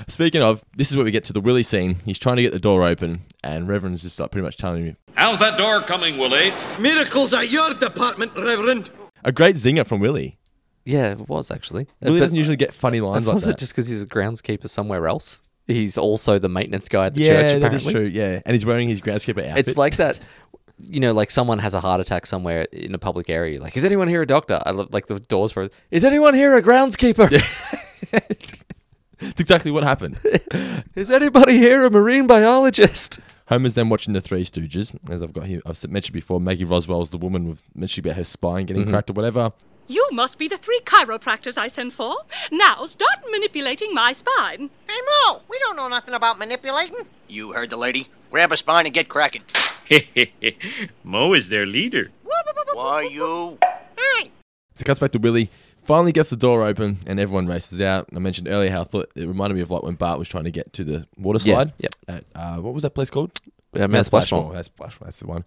S4: Speaking of, this is where we get to the Willie scene. He's trying to get the door open, and Reverend's just like pretty much telling him
S1: How's that door coming, Willie?
S7: Miracles are your department, Reverend.
S4: a great zinger from Willie.
S5: Yeah, it was actually.
S4: Willie
S5: But
S4: doesn't usually get funny
S5: I
S4: lines like
S5: love
S4: that.
S5: it just because he's a groundskeeper somewhere else. He's also the maintenance guy at the
S4: yeah,
S5: church. Apparently.
S4: that is true. Yeah, and he's wearing his groundskeeper outfit.
S5: It's like that, you know, like someone has a heart attack somewhere in a public area. Like, is anyone here a doctor? I love like the doors for. Is anyone here a groundskeeper?
S4: it's exactly what happened.
S5: is anybody here a marine biologist?
S4: Homer's then watching the Three Stooges, as I've got here. I've mentioned before. Maggie Roswell's the woman with mentioned about her spine getting cracked or whatever.
S8: You must be the three chiropractors I sent for. Now start manipulating my spine.
S9: Hey, Mo, we don't know nothing about manipulating. You heard the lady. Grab a spine and get cracking.
S2: Mo is their leader.
S9: Why, you.
S4: So it cuts back to Willie. Finally gets the door open and everyone races out. I mentioned earlier how I thought it reminded me of like when Bart was trying to get to the water
S5: Yeah, Uh,
S4: slide.
S5: yep.
S4: At, uh, what was that place called?
S5: Yeah,
S4: Mount
S5: Mount
S4: Splashmore.
S5: Splash Mall.
S4: That's Splashmore. That's the one.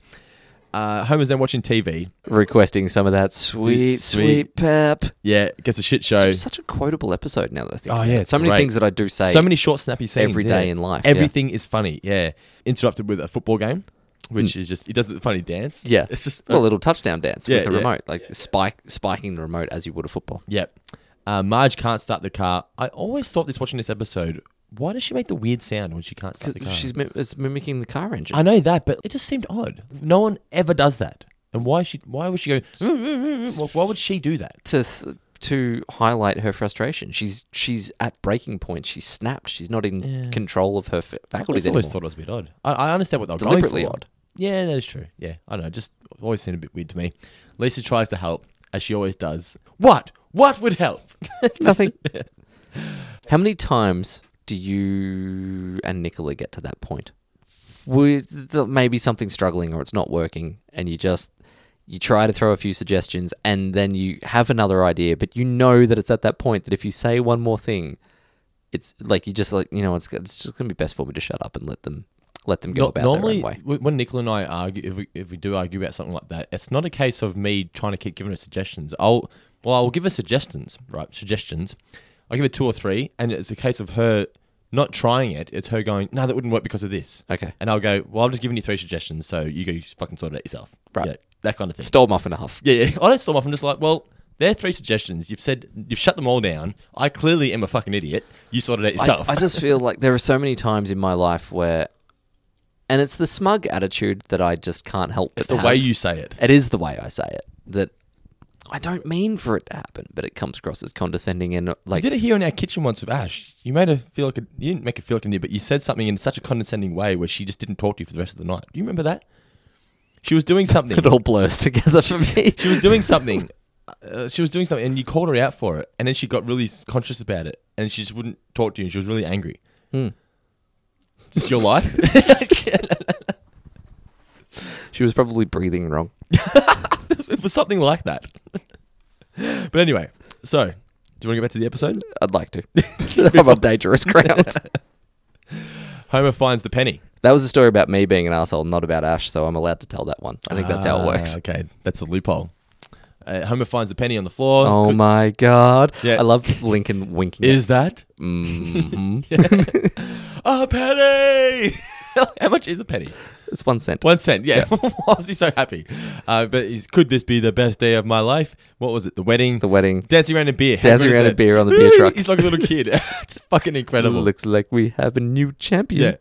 S4: Uh, Homer's then watching TV.
S5: Requesting some of that sweet,
S4: It's sweet.
S5: sweet pep.
S4: Yeah, gets a shit show.
S5: It's such a quotable episode now that I think.
S4: Oh,
S5: about
S4: yeah,
S5: it.
S4: it's
S5: so many
S4: great.
S5: things that I do say.
S4: So many short, snappy scenes. Every
S5: Every
S4: day
S5: day in life, yeah.
S4: Everything is funny. Yeah. Interrupted with a football game, which is just he does the funny dance.
S5: Mm. Yeah,
S4: It's just
S5: well, a little touchdown dance
S4: Yeah,
S5: with the
S4: yeah.
S5: remote, like spike spiking the remote as you would a football.
S4: Yeah. Uh, Marge can't start the car. I always thought this watching this episode. Why does she make the weird sound when she can't start the car?
S5: Because she's mi- it's mimicking the car engine.
S4: I know that, but it just seemed odd. No one ever does that. And why she? Why would she go? "Mm, mm, mm," why- Why would she do that?
S5: to th- to highlight her frustration. She's she's at breaking point. She's snapped. She's not in control of her f-
S4: I
S5: faculties
S4: always
S5: anymore.
S4: thought it was a bit odd. I, I understand what they
S5: It's
S4: were going
S5: deliberately
S4: for.
S5: odd.
S4: Yeah, that is true. Yeah, I don't know. Just always seemed a bit weird to me. Lisa tries to help, as she always does. What? What would help?
S5: Nothing. How many times do you and Nicola get to that point? With the, maybe something's struggling or it's not working, and you just you try to throw a few suggestions, and then you have another idea, but you know that it's at that point that if you say one more thing, it's like you just like you know it's it's just gonna be best for me to shut up and let them let them go
S4: Nor-
S5: about
S4: normally,
S5: their own way.
S4: w- when Nicola and I argue, if we, if we do argue about something like that, it's not a case of me trying to keep giving her suggestions. I'll well, I'll give her suggestions, right? Suggestions. I will give her two or three, and it's a case of her not trying it. It's her going, no, that wouldn't work because of this.
S5: Okay.
S4: And I'll go, well, I've just given you three suggestions, so you go you fucking sort it out yourself.
S5: Right.
S4: Yeah, that kind of thing.
S5: Storm off and a half.
S4: Yeah, yeah. I don't storm off. I'm just like, well, there are three suggestions. You've said you've shut them all down. I clearly am a fucking idiot. You sorted it out
S5: I,
S4: yourself.
S5: I just feel like there are so many times in my life where, and it's the smug attitude that I just can't help.
S4: it's the
S5: but
S4: way
S5: have.
S4: you say it.
S5: It is the way I say it that I don't mean for it to happen, but it comes across as condescending and like
S4: did it here in our kitchen once with Ash. You made her feel like a, you didn't make her feel like a nib, but you said something in such a condescending way where she just didn't talk to you for the rest of the night. Do you remember that? She was doing something.
S5: it all blurs together for me.
S4: she was doing something. Uh, she was doing something, and you called her out for it, and then she got really s- conscious about it, and she just wouldn't talk to you, and she was really angry.
S5: Hmm.
S4: Just your life.
S5: she was probably breathing wrong.
S4: it was something like that. but anyway, so do you want to get back to the episode?
S5: I'd like to. I'm on dangerous ground.
S4: Homer finds the penny.
S5: that was a story about me being an asshole, not about Ash, so I'm allowed to tell that one. I think that's how it works.
S4: Ah, Okay, that's a loophole. Uh, Homer finds the penny on the floor.
S5: Oh
S4: Could-
S5: my god!
S4: Yeah.
S5: I love Lincoln winking. at mm-hmm.
S4: Is that a penny? How much is a penny?
S5: It's one cent.
S4: One cent. Yeah. Why was he so happy? Uh, but he's, could this be the best day of my life? What was it? The wedding.
S5: The wedding.
S4: Dancing around in beer. How
S5: Dancing
S4: good is
S5: around in
S4: that?
S5: beer on the beer truck.
S4: he's like a little kid. it's fucking incredible.
S5: Looks like we have a new
S4: Yeah.
S5: champion.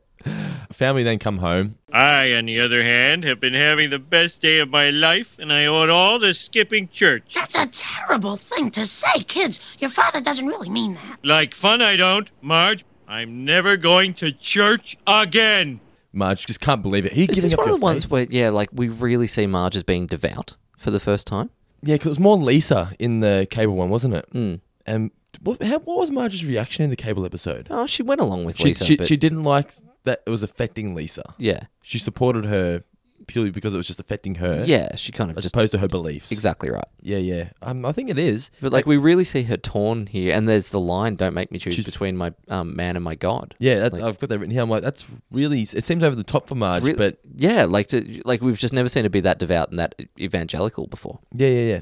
S4: Family then come home.
S2: I, on the other hand, have been having the best day of my life, and I owe it all to skipping church.
S3: That's a terrible thing to say, kids. Your father doesn't really mean that.
S2: Like fun, I don't, Marge. I'm never going to church again.
S4: Marge just can't believe it. He
S5: Is
S4: giving
S5: this
S4: up
S5: one of
S4: your
S5: the ones
S4: faith?
S5: where yeah, like we really see Marge as being devout for the first time?
S4: Yeah, because it was more Lisa in the cable one, wasn't it?
S5: Hmm.
S4: Mm. And what, how, what was Marge's reaction in the cable episode?
S5: Oh, she went along with
S4: She,
S5: Lisa.
S4: she,
S5: but
S4: she didn't like that it was affecting Lisa.
S5: yeah,
S4: She supported her purely because it was just affecting her.
S5: yeah, she kind of
S4: As
S5: just
S4: opposed to her beliefs.
S5: exactly right.
S4: Yeah, yeah. Um, I think it is.
S5: But like we really see her torn here, and there's the line, "Don't make me choose
S4: She's-
S5: between my um, man and my God."
S4: Yeah, that, I've got that written here. I'm like, that's really. It seems over the top for Marge,
S5: Re-
S4: but
S5: yeah, like to, like we've just never seen her be that devout and that evangelical before.
S4: yeah, yeah, yeah.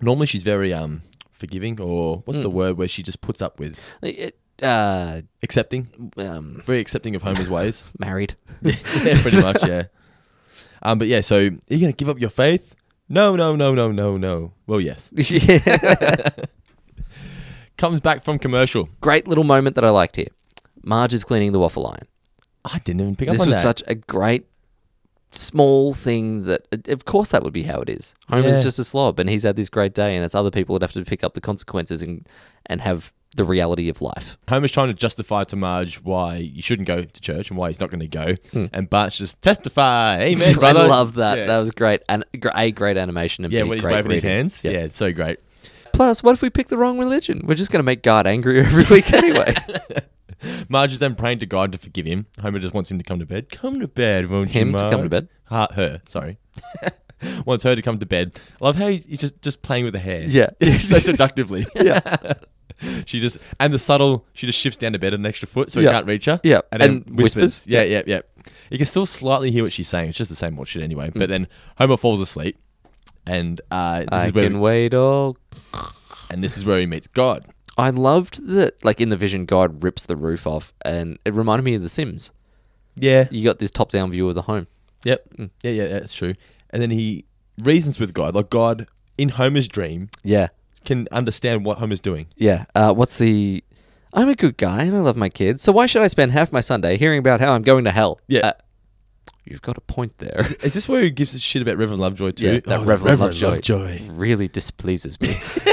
S4: Normally she's very um forgiving, or
S5: Hmm.
S4: what's the word where she just puts up with
S5: Like, It, uh,
S4: accepting,
S5: um,
S4: very accepting of Homer's ways.
S5: married.
S4: yeah, pretty much, yeah. Um, but yeah, so are you gonna give up your faith? No, no, no, no, no, no. Well, yes.
S5: yeah.
S4: Comes back from commercial.
S5: Great little moment that I liked here. Marge is cleaning the waffle iron.
S4: I didn't even pick
S5: this
S4: up on
S5: was
S4: that.
S5: such a great small thing that uh, of course that would be how it is homer's
S4: Yeah.
S5: just a slob and he's had this great day and it's other people that have to pick up the consequences and and have the reality of life
S4: Homer's trying to justify to Marge why you shouldn't go to church and why he's not going to go, and Bart's just testify. Amen,
S5: Hmm. i
S4: brother.
S5: love that
S4: Yeah.
S5: that was great and gr- a great animation and
S4: yeah,
S5: B,
S4: when he's
S5: great
S4: waving his
S5: reading.
S4: hands.
S5: Yep.
S4: Yeah, it's so great.
S5: plus what if we pick the wrong religion we're just going to make god angry every week anyway
S4: Marge is then praying to God to forgive him. Homer just wants him to come to bed. Come to bed, won't you?
S5: Him to come to
S4: Marge?
S5: bed?
S4: Ha- her, sorry. wants her to come to bed. I love how he- he's just, just playing with the hair.
S5: Yeah.
S4: so seductively.
S5: yeah
S4: She just and the subtle. She just shifts down to bed an extra foot, so
S5: Yeah.
S4: he can't reach her.
S5: Yeah.
S4: and, then
S5: And
S4: whispers.
S5: whispers.
S4: Yeah, yeah, yeah. You can still slightly hear what she's saying. It's just the same old shit anyway. But then Homer falls asleep, and uh, this
S5: Mm. i
S4: is where
S5: can
S4: we,
S5: wait all
S4: and this is where he meets God.
S5: i loved that like in the vision god rips the roof off and it reminded me of the sims
S4: Yeah.
S5: you got this top down view of the home
S4: Yep. Mm. Yeah, yeah, that's true. And then he reasons with God, like God in Homer's dream
S5: yeah
S4: can understand what Homer's doing.
S5: Yeah. Uh, what's the? I'm a good guy and I love my kids, so why should I spend half my Sunday hearing about how I'm going to hell?
S4: Yeah.
S5: Uh, you've got a point there.
S4: Is this where he gives a shit about Reverend Lovejoy too?
S5: Yeah, that
S4: Oh,
S5: Reverend, Lovejoy,
S4: Lovejoy.
S5: really displeases me.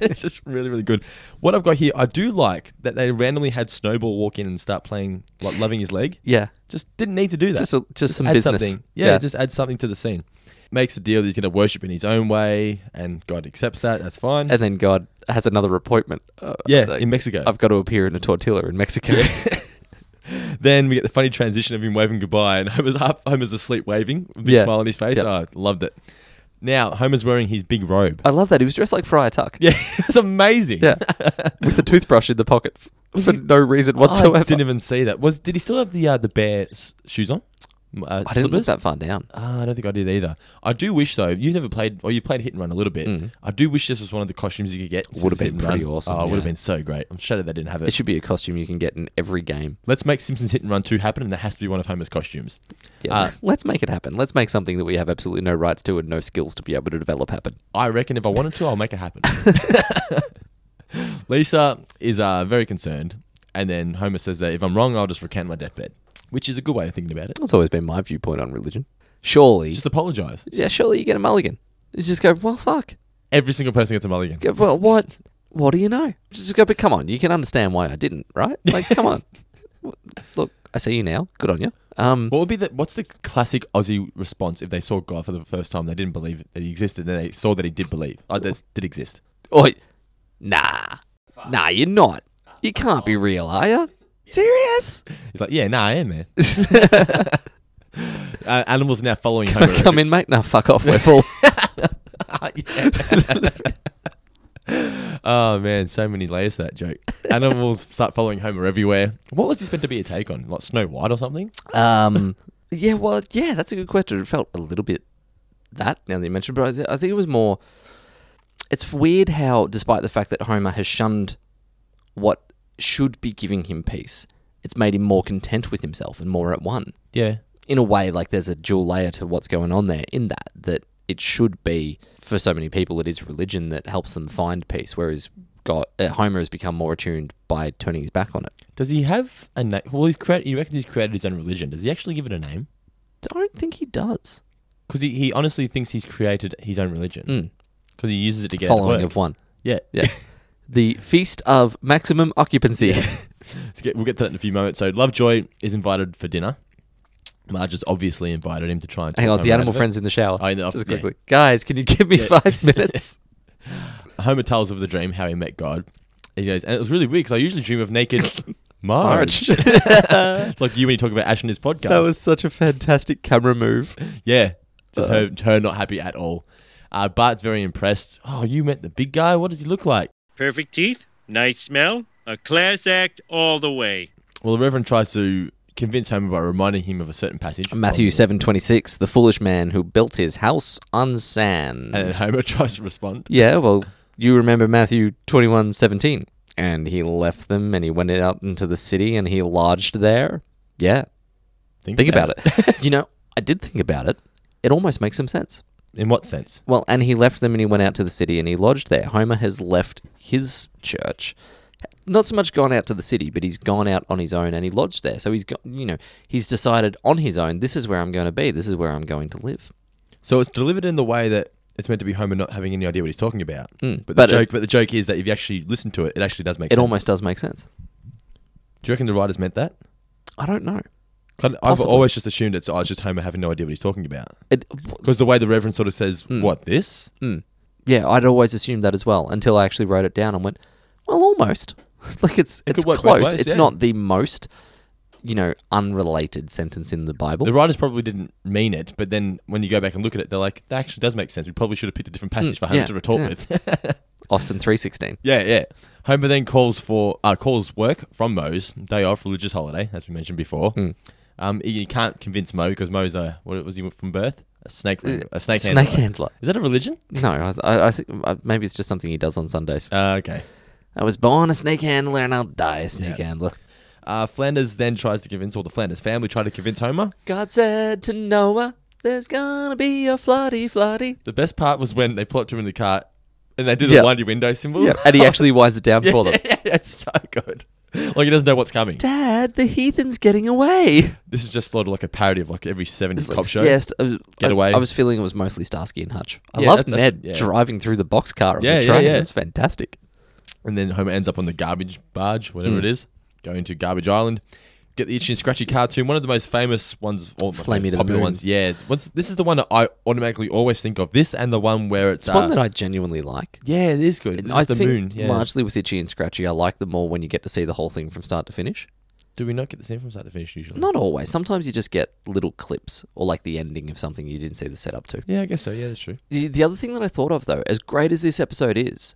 S4: it's just really, really good. What I've got here, I do like that they randomly had Snowball walk in and start playing, like loving his leg.
S5: yeah.
S4: Just didn't need to do that.
S5: Just a- just some
S4: add
S5: business.
S4: Something. Yeah,
S5: Yeah.
S4: just add something to the scene. Makes a deal that he's going to worship in his own way, and God accepts that. That's fine.
S5: And then God has another appointment. Uh,
S4: yeah,
S5: like,
S4: in Mexico.
S5: I've got to appear in a tortilla in Mexico.
S4: then we get the funny transition of him waving goodbye, and Homer's up, Homer's asleep waving, big
S5: Yeah.
S4: smile on his face.
S5: Yep.
S4: Oh, loved it. Now Homer's wearing his big robe.
S5: I love that he was dressed like Friar Tuck.
S4: Yeah, it's amazing.
S5: Yeah. With a toothbrush in the pocket f- for no reason whatsoever.
S4: I didn't even see that. Was did he still have the uh, the bear s- shoes on? M- Uh,
S5: I didn't look
S4: slippers?
S5: that far down.
S4: Ah, I don't think I did either. I do wish though. You've never played, or you've played Hit and Run a little bit. I do wish this was one of the costumes you could get. since
S5: Mm-hmm. Would've
S4: Hit
S5: been
S4: and Run.
S5: pretty awesome,
S4: Oh, it would have
S5: yeah.
S4: been so great. I'm shattered they didn't have it.
S5: It should be a costume you can get in every game.
S4: Let's make Simpsons Hit and Run two happen, and there has to be one of Homer's costumes.
S5: Yeah.
S4: Uh,
S5: Let's make it happen. Let's make something that we have absolutely no rights to and no skills to be able to develop happen.
S4: I reckon if I wanted to, I'll make it happen. Lisa is uh, very concerned, and then Homer says that if I'm wrong, I'll just recant my deathbed, which is a good way of thinking about it.
S5: That's always been my viewpoint on religion. Surely,
S4: Just apologize.
S5: yeah, surely you get a mulligan. You just go, well, fuck.
S4: Every single person gets a mulligan.
S5: Go, well, what? What do you know? Just go, but come on, you can understand why I didn't, right? Like, come on. Look, I see you now. Good on you. Um,
S4: What would be the what's the classic Aussie response if they saw God for the first time? They didn't believe that he existed, and then they saw that he did believe. Oh, that did exist.
S5: Oi. Nah. Nah, you're not. You can't be real, are you? Serious?
S4: He's like, yeah, nah, I am, man. uh, animals are now following Homer.
S5: Come in, mate. Nah, fuck off. We're full.
S4: Oh man, so many layers to that joke. Animals start following Homer everywhere. What was this meant to be a take on? Like Snow White or something?
S5: Um, yeah, well, yeah, that's a good question. It felt a little bit that now that you mentioned, but I, th- I think it was more. It's weird how, despite the fact that Homer has shunned what should be giving him peace, it's made him more content with himself and more at one.
S4: Yeah.
S5: in a way, like there's a dual layer to what's going on there in that, that it should be, for so many people, it is religion that helps them find peace, whereas God, uh, Homer has become more attuned by turning his back on it.
S4: Does he have a name? Well, he's created. He reckons he's created his own religion. Does he actually give it a name?
S5: Don't think he does.
S4: Because he, he honestly thinks he's created his own religion. Because he uses it to get
S5: Hmm. Following
S4: work.
S5: of one.
S4: Yeah,
S5: Yeah. the Feast of Maximum Occupancy.
S4: To get- we'll get to that in a few moments. So Lovejoy is invited for dinner. Marge has obviously invited him to try and
S5: Hang
S4: talk
S5: on, the
S4: Homer out
S5: animal
S4: of it.
S5: friend's in the shower.
S4: I know,
S5: Just
S4: yeah.
S5: quickly. Guys, can you give me five minutes?
S4: Homer tells of the dream how he met God. He goes, and it was really weird because I usually dream of naked Marge.
S5: Marge.
S4: it's like you when you talk about Ash in his podcast.
S5: that was such a fantastic camera move.
S4: yeah, just her, her not happy at all. Uh, Bart's very impressed. Oh, you met the big guy. What does he look like?
S2: Perfect teeth, nice smell, a class act all the way.
S4: Well, the Reverend tries to convince Homer by reminding him of a certain passage.
S5: Matthew seven twenty six, the foolish man who built his house on sand.
S4: And then Homer tries to respond.
S5: Yeah, well, you remember Matthew twenty one seventeen, and he left them, and he went out into the city, and he lodged there. Yeah, think about it. you know, I did think about it. It almost makes some sense.
S4: In what sense?
S5: Well, and he left them, and he went out to the city, and he lodged there. Homer has left his church. Not so much gone out to the city, but he's gone out on his own and he lodged there. So he's got, you know, he's decided on his own, this is where I'm going to be, this is where I'm going to live.
S4: So it's delivered in the way that it's meant to be Homer not having any idea what he's talking about. Hmm. but,
S5: but
S4: the
S5: it-
S4: joke, but the joke is that if you actually listen to it, it actually does make
S5: It
S4: sense.
S5: almost does make sense.
S4: Do you reckon the writers meant that?
S5: I don't know.
S4: 'Cause I've
S5: Possibly.
S4: always just assumed it's oh, it's just Homer having no idea what he's talking about.
S5: It,
S4: Because the way the Reverend sort of says,
S5: Hmm.
S4: "What this?"
S5: yeah, I'd always assumed that as well until I actually wrote it down and went, well, almost. like it's it's
S4: could work both
S5: close.
S4: ways,
S5: it's
S4: yeah.
S5: not the most, you know, unrelated sentence in the Bible.
S4: The writers probably didn't mean it, but then when you go back and look at it, they're like, "That actually does make sense." We probably should have picked a different passage for Homer
S5: Hmm. yeah,
S4: to retort
S5: yeah.
S4: with.
S5: Austin three sixteen.
S4: Yeah, yeah. Homer then calls for uh, calls work from Moe's day off, religious holiday, as we mentioned before.
S5: Hmm.
S4: Um, he he can't convince Moe because Moe's a what was he from birth? A snake, a snake,
S5: Uh, Snake
S4: handler.
S5: handler.
S4: Is that a religion?
S5: No, I, I, I think uh, maybe it's just something he does on Sundays.
S4: Uh, okay.
S5: I was born a snake handler and I'll die a snake handler.
S4: Uh, Flanders then tries to convince, or the Flanders family try to convince Homer.
S5: God said to Noah, "There's gonna be a floody, floody."
S4: The best part was when they plopped him in the cart and they do the
S5: Yeah.
S4: windy window symbol.
S5: and he actually winds it down for them.
S4: it's so good. Like he doesn't know what's coming.
S5: Dad, the heathen's getting away.
S4: This is just sort of like a parody of like every 70s cop
S5: Like,
S4: show.
S5: Yes, I,
S4: Get
S5: I-
S4: away.
S5: I was feeling it was mostly Starsky and Hutch. I
S4: Yeah,
S5: loved
S4: that- that's-
S5: Ned
S4: yeah.
S5: driving through the boxcar on
S4: Yeah,
S5: the
S4: yeah,
S5: train.
S4: yeah.
S5: It's fantastic.
S4: and then Homer ends up on the garbage barge,
S5: Mm.
S4: whatever it is, going to Garbage Island. Get the itchy and scratchy cartoon, one of the most famous ones, or
S5: Fly Me to the
S4: popular
S5: Moon.
S4: ones. Yeah, What's- this is the one that I automatically always think of. This and the one where it's, uh,
S5: It's one that I genuinely like.
S4: yeah, it is good. It's
S5: I
S4: the
S5: think
S4: moon. Yeah.
S5: largely with Itchy and Scratchy, I like them more when you get to see the whole thing from start to finish.
S4: Do we not get the same from start to finish usually?
S5: Not always. Sometimes you just get little clips or like the ending of something you didn't see the setup to.
S4: Yeah, I guess so. Yeah, that's true.
S5: The, the other thing that I thought of though, as great as this episode is,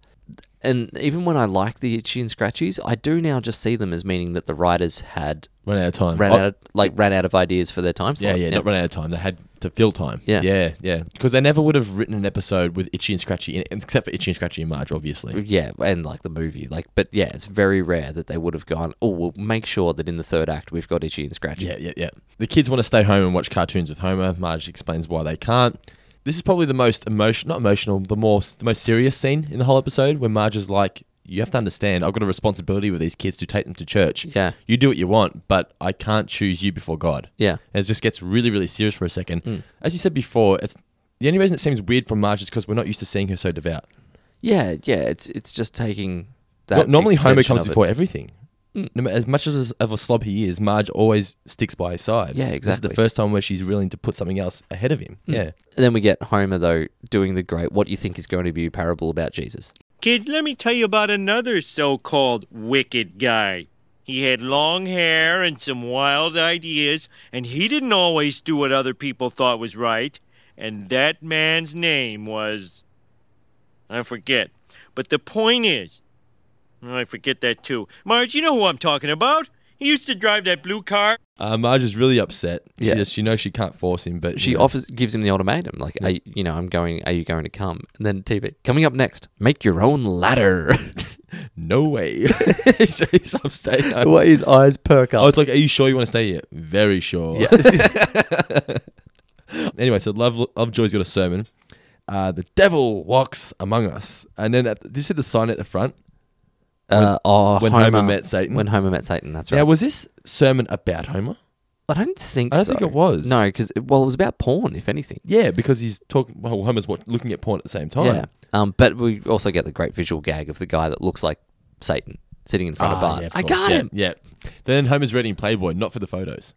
S5: and even when I like the itchy and scratchies, I do now just see them as meaning that the writers had
S4: Run out of time.
S5: ran
S4: Oh,
S5: out of, like ran out of ideas for their time
S4: Yeah,
S5: slot.
S4: yeah, not run out of time. They had to fill time.
S5: e Yeah.
S4: yeah, yeah. Because they never would have written an episode with Itchy and Scratchy, in it, except for Itchy and Scratchy and Marge, obviously.
S5: yeah, and like the movie, like, but yeah, it's very rare that they would have gone. Oh, we'll make sure that in the third act we've got itchy and scratchy.
S4: Yeah, yeah, yeah. The kids want to stay home and watch cartoons with Homer. Marge explains why they can't. This is probably the most emotion, not emotional, the more the most serious scene in the whole episode, where Marge is like, "You have to understand, I've got a responsibility with these kids to take them to church.
S5: Yeah.
S4: you do what you want, but I can't choose you before God.
S5: Yeah. Mm.
S4: and it just gets really, really serious for a second. As you said before, it's the only reason it seems weird from Marge is because we're not used to seeing her so devout.
S5: Yeah, yeah. It's it's just taking that.
S4: Well, normally Homer
S5: extension
S4: comes
S5: of it.
S4: before everything. No matter- As much as of a slob he is, Marge always sticks by his side.
S5: Yeah,
S4: This is the
S5: exactly.
S4: first time where she's willing to put something else ahead of him. Yeah.
S5: And then we get Homer though doing the great what you think is going to be a parable about Jesus.
S2: Kids, let me tell you about another so called wicked guy. He had long hair and some wild ideas, and he didn't always do what other people thought was right. And that man's name was. I forget. But the point is. oh, I forget that too. Marge, you know who I'm talking about? He used to drive that blue car.
S4: Uh, Marge is really upset. She
S5: Yeah.
S4: just she knows she can't force him, but
S5: She
S4: you know,
S5: offers gives him the ultimatum like, are, you- you know, I'm going. Are you going to come? And then TV coming up next. Make your own ladder.
S4: no way. he's, he's upstate. I
S5: his eyes perk up.
S4: was like, "Are you sure you want to stay here?" Very sure. anyway, so Love Lovejoy's got a sermon. Uh, the devil walks among us, and then at, did you see the sign at the front?
S5: uh, oh,
S4: when Homer met Satan.
S5: When Homer met Satan. That's right.
S4: Now, was this sermon about Homer?
S5: I don't think.
S4: I don't
S5: so.
S4: think it was.
S5: No, because well, it was about porn, if anything.
S4: Yeah, because he's talking. Well, Homer's watch, looking at porn at the same time.
S5: Yeah. Um, but we also get the great visual gag of the guy that looks like Satan sitting in front Ah, of Bart.
S4: Ah, yeah, of
S5: I
S4: course.
S5: got
S4: Yeah,
S5: him.
S4: Yeah. Then Homer's reading Playboy, not for the photos.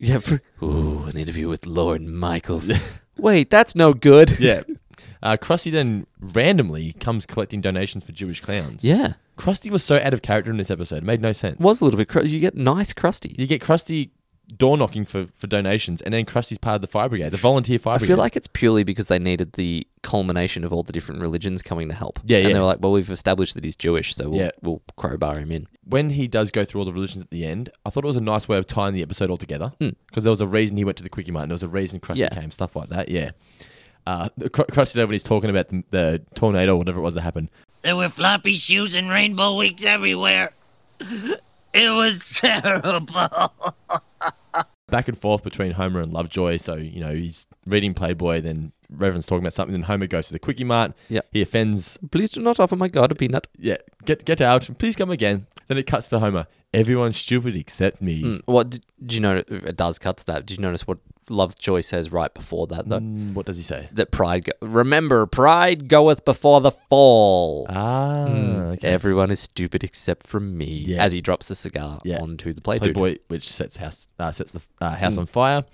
S5: Yeah. For, ooh, an interview with Lord Michaels. Wait, that's no good.
S4: Yeah. Uh, Krusty then randomly comes collecting donations for Jewish clowns.
S5: Yeah.
S4: Krusty was so out of character in this episode. It made no sense.
S5: Was a little bit. Cr- you get nice crusty.
S4: You get Krusty door knocking for, for donations, and then Krusty's part of the fire brigade, the volunteer fire
S5: I
S4: brigade.
S5: feel like it's purely because they needed the culmination of all the different religions coming to help.
S4: Yeah,
S5: And
S4: yeah.
S5: they were like, well, we've established that he's Jewish, so we'll,
S4: Yeah.
S5: we'll crowbar him in.
S4: when he does go through all the religions at the end, I thought it was a nice way of tying the episode all together because there was a reason he went to the quickie mart, and there was a reason Krusty
S5: Hmm. Yeah.
S4: came, stuff like that. Yeah. Uh, the Kr- Krusty though, when he's talking about the, the tornado, whatever it was that happened,
S10: There were floppy shoes and rainbow wigs everywhere. It was terrible.
S4: back and forth between Homer and Lovejoy. So you know he's reading Playboy, then Reverend's talking about something, then Homer goes to the quickie mart.
S5: Yeah.
S4: He offends
S5: Please do not offer my God a peanut.
S4: yeah, get get out. Please come again. Then it cuts to Homer. Everyone's stupid except me.
S5: Mm, What did, did you notice? It does cut to that. Did you notice what Lovejoy says right before that, though?
S4: Mm, What does he say?
S5: That pride. Go- Remember, pride goeth before the fall.
S4: Ah, okay.
S5: Everyone is stupid except for me. As he drops the cigar
S4: Yeah.
S5: onto the play,
S4: Playboy, which sets house uh, sets the uh, house
S5: Hmm.
S4: on fire.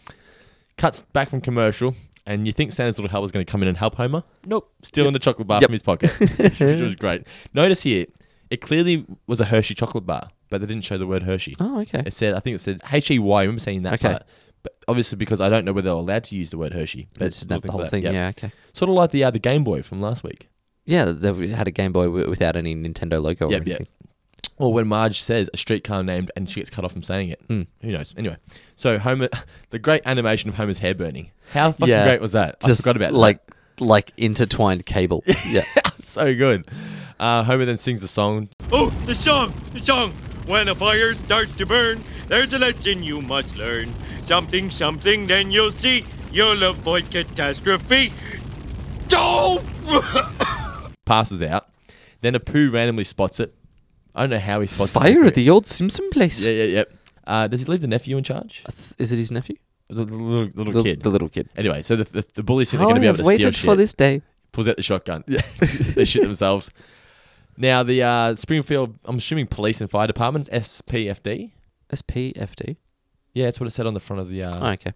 S4: Cuts back from commercial, and you think Santa's little help was going to come in and help Homer? Nope, stealing the chocolate bar from his pocket, which was great. Notice here, it clearly was a Hershey chocolate bar, but they didn't show the word Hershey.
S5: Oh, okay.
S4: It said, I think it said H E Y. I remember seeing that
S5: Okay.
S4: part. But obviously, because I don't know whether they're allowed to use the word Hershey. But
S5: They
S4: little
S5: snapped the
S4: things
S5: whole
S4: like that.
S5: thing.
S4: Yep.
S5: Yeah, okay.
S4: Sort of like the uh, the Game Boy from last week.
S5: Yeah, they had a Game Boy wi- without any Nintendo logo or
S4: Yep, yep.
S5: anything.
S4: Or when Marge says a streetcar named and she gets cut off from saying it.
S5: Hmm.
S4: Who knows? Anyway, so Homer, the great animation of Homer's hair burning. How fucking
S5: Yeah,
S4: great was that? I forgot about
S5: like like intertwined cable. Yeah.
S4: that. So good. Uh, Homer then sings a song.
S2: Oh, the song, the song. When a fire starts to burn, there's a lesson you must learn. Something, something, then you'll see. You'll avoid catastrophe. Don't!
S4: Passes out. Then a poo randomly spots it. I don't know how he spots it.
S5: Fire at the old Simpson place.
S4: Yeah, yeah, yeah. Uh, does he leave the nephew in charge?
S5: Is it his nephew?
S4: The, the little, little
S5: The,
S4: kid.
S5: the little kid.
S4: anyway, so the, the, the bullies think they're
S5: How
S4: going
S5: I
S4: to be able
S5: have
S4: to steal
S5: waited for
S4: shit.
S5: this day.
S4: pulls out the shotgun. they shit themselves. Now the uh, Springfield, I'm assuming police and fire departments, SPFD.
S5: SPFD.
S4: Yeah, that's what it said on the front of the. Uh,
S5: Oh, okay.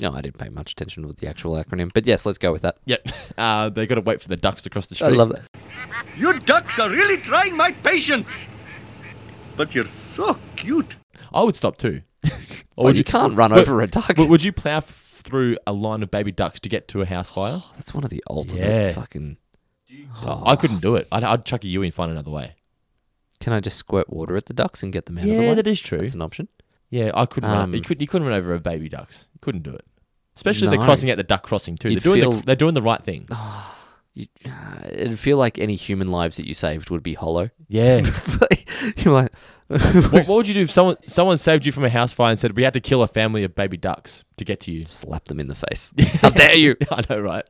S5: No, I didn't pay much attention with the actual acronym, but yes, let's go with that.
S4: Yep. Uh, they got to wait for the ducks to cross the street.
S5: that.
S7: You ducks are really trying my patience. But you're so cute.
S4: I would stop too. or
S5: But Oh, you can't run
S4: would-
S5: over a duck.
S4: Would, would you plow f- through a line of baby ducks to get to a house fire?
S5: That's one of the ultimate
S4: Yeah.
S5: fucking. Oh.
S4: I couldn't do it. I'd, I'd chuck a U and find another way.
S5: Can I just squirt water at the ducks and get them out of the way?
S4: Yeah, that is true.
S5: That's an option.
S4: Yeah, I couldn't. run,
S5: Um,
S4: you couldn't. You couldn't run over a baby ducks. You couldn't do it. Especially if they're
S5: No.
S4: crossing at the duck crossing too. They're
S5: You'd
S4: doing,
S5: feel- Oh.
S4: the, they're doing the right thing.
S5: You, uh, it'd feel like any human lives that you saved would be hollow.
S4: Yeah.
S5: It's like- You're like,
S4: What, what would you do if someone someone saved you from a house fire and said we had to kill a family of baby ducks to get to you?
S5: slap them in the face. How dare you?
S4: I know, right?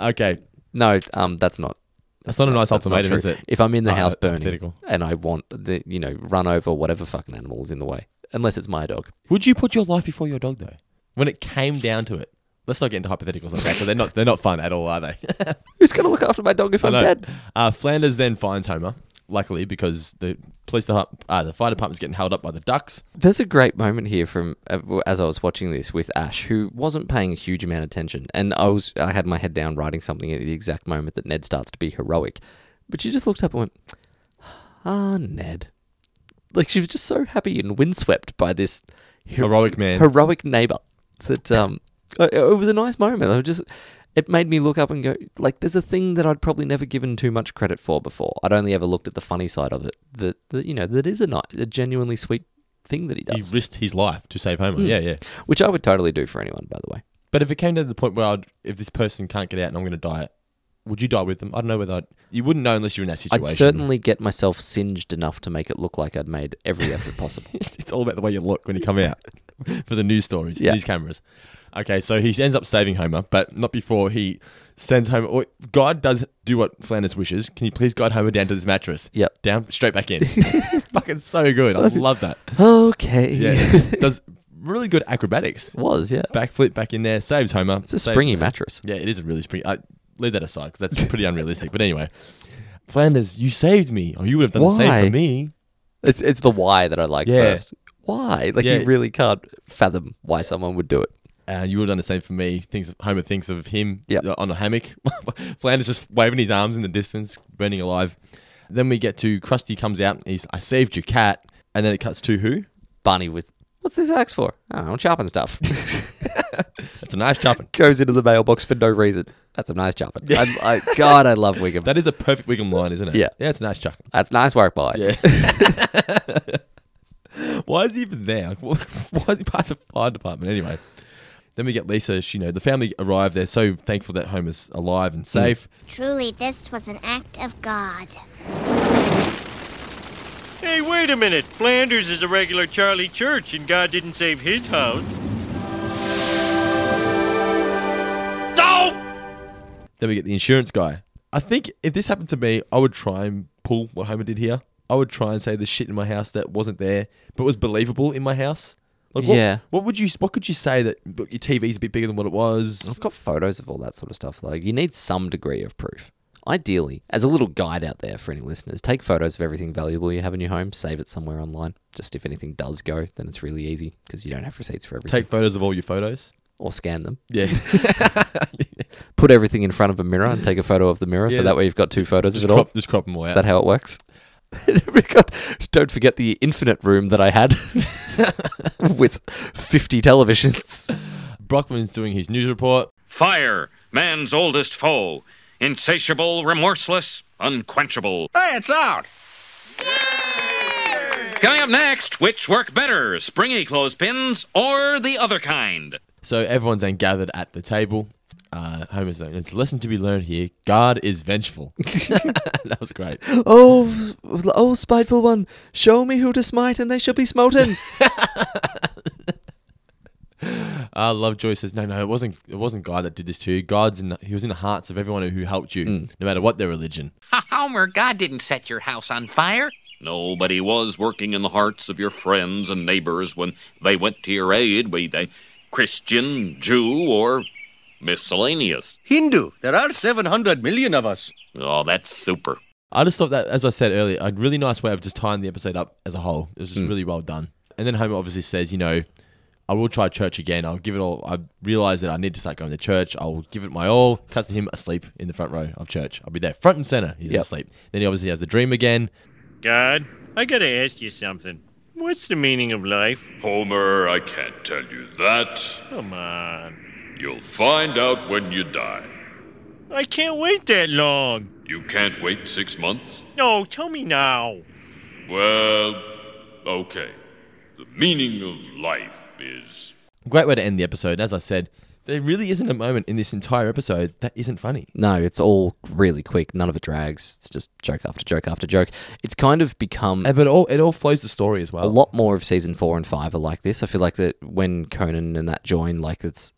S4: Okay,
S5: No, um, that's not.
S4: that's, not a nice
S5: that's not
S4: ultimatum,
S5: true.
S4: is it?
S5: If I'm in the
S4: Uh,
S5: house burning
S4: hypothetical.
S5: and I want the, you know, run over whatever fucking animal is in the way, unless it's my dog.
S4: Would you put your life before your dog though? When it came down to it, Let's not get into hypotheticals like that because they're not they're not fun at all, are they?
S5: Who's going to look after my dog if
S4: I
S5: I'm
S4: know.
S5: dead?
S4: Uh, Flanders then finds Homer, luckily because the police department, uh, the fire department's getting held up by the ducks.
S5: There's a great moment here from uh, as I was watching this with Ash, who wasn't paying a huge amount of attention, and I was I had my head down writing something at the exact moment that Ned starts to be heroic, but she just looked up and went, "Ah, Ned," like she was just so happy and windswept by this hero-
S4: Heroic man.
S5: heroic neighbor that um, it, it was a nice moment. I just it made me look up and go, like, there's a thing that I'd probably never given too much credit for before. I'd only ever looked at the funny side of it. That, that you know, that is a ni- a genuinely sweet thing that he does
S4: he risked his life to save
S5: Hmm.
S4: Homer. Yeah, yeah.
S5: which I would totally do for anyone, by the way.
S4: But if it came to the point where I'd, if this person can't get out and I'm going to die, would you die with them? I don't know whether I'd, you wouldn't know unless you're in that situation.
S5: I'd certainly get myself singed enough to make it look like I'd made every effort possible.
S4: it's all about the way you look when you come out for the news stories,
S5: Yeah.
S4: news cameras. Okay, so he ends up saving Homer, but not before he sends Homer. Or God does do what Flanders wishes. Can you please guide Homer down to this mattress?
S5: Yep.
S4: Down, straight back in. Fucking so good. I love that.
S5: okay.
S4: Yeah. it does really good acrobatics.
S5: Was, yeah.
S4: Backflip back in there, saves Homer.
S5: It's a springy mattress.
S4: Yeah, it is a really springy. I, leave that aside because that's pretty unrealistic. But anyway, Flanders, you saved me. Oh, you would have done the same
S5: Why?
S4: for me.
S5: It's it's the why that I like
S4: Yeah.
S5: first. Why? Like
S4: Yeah.
S5: you really can't fathom why someone would do it.
S4: Uh, you would have done the same for me. Thinks Homer thinks of him
S5: Yep.
S4: uh, on a hammock. Flanders just waving his arms in the distance, burning alive. Then we get to Krusty comes out. And he's I saved your cat, and then it cuts to who?
S5: Barney with what's this axe for? I don't know, chopping stuff.
S4: It's a nice chopping.
S5: Goes into the mailbox for no reason. That's a nice chopping. I, I, God, I love Wiggum.
S4: That is a perfect Wiggum line, isn't it?
S5: Yeah.
S4: yeah, it's a nice chuck.
S5: That's nice work, boys.
S4: Why is he even there? Like, wh- Why is he part of the fire department anyway? Then we get Lisa. She, you know, the family arrive. They're so thankful that Homer's alive and safe.
S6: Truly, this was an act of God.
S2: Hey, wait a minute. Flanders is a regular Charlie Church, and God didn't save his house.
S4: Then we get the insurance guy. I think if this happened to me, I would try and pull what Homer did here. I would try and say the shit in my house that wasn't there, but was believable in my house. Like, what,
S5: Yeah.
S4: What would you? What could you say that look, your TV's a bit bigger than what it was?
S5: I've got photos of all that sort of stuff. Like, you need some degree of proof. Ideally, as a little guide out there for any listeners, take photos of everything valuable you have in your home, save it somewhere online. Just if anything does go, then it's really easy because you don't have receipts for everything.
S4: Take photos of all your photos.
S5: or scan them.
S4: Yeah.
S5: Put everything in front of a mirror and take a photo of the mirror so
S4: Yeah,
S5: that way you've got two photos of
S4: just
S5: it all.
S4: crop, just crop them all
S5: Is
S4: out.
S5: that how it works? God, don't forget the infinite room that I had with 50 televisions.
S4: Brockman's doing his news report.
S1: Fire, man's oldest foe. Insatiable, remorseless, unquenchable.
S7: Hey, it's out.
S1: Coming up next, which work better, springy clothespins or the other kind?
S4: So everyone's then gathered at the table. Uh, Homer's like, it's a lesson to be learned here. God is vengeful. that was great.
S5: Oh, oh, spiteful one, show me who to smite and they shall be smoten.
S4: Uh, Lovejoy says, no, no, it wasn't. It wasn't God that did this to you. God's in. The, he was in the hearts of everyone who helped you, no matter what their religion.
S10: Homer, God didn't set your house on fire.
S1: No, but he was working in the hearts of your friends and neighbors when they went to your aid, be they Christian, Jew, or miscellaneous.
S7: Hindu. There are 700 million of us.
S1: Oh, that's super.
S4: I just thought that, as I said earlier, a really nice way of just tying the episode up as a whole. It was just really well done. And then Homer obviously says, you know, I will try church again. I'll give it all. I realize that I need to start going to church. I'll give it my all. Cuts to him asleep in the front row of church. I'll be there, front and center. He's
S5: Yep.
S4: asleep. Then he obviously has the dream again.
S2: God, I gotta ask you something. What's the meaning of life?
S1: Homer, I can't tell you that.
S2: Come on.
S1: You'll find out when you die.
S2: I can't wait that long.
S1: You can't wait six months?
S2: No, tell me now.
S1: Well, okay. The meaning of life is.
S4: Great way to end the episode. As I said, there really isn't a moment in this entire episode that isn't funny.
S5: no, it's all really quick. None of it drags. It's just joke after joke after joke. It's kind of become
S4: Uh, But it all it all flows the story as
S5: a
S4: well.
S5: lot more of season four and five are like this. I feel like that when Conan and that join, like it's.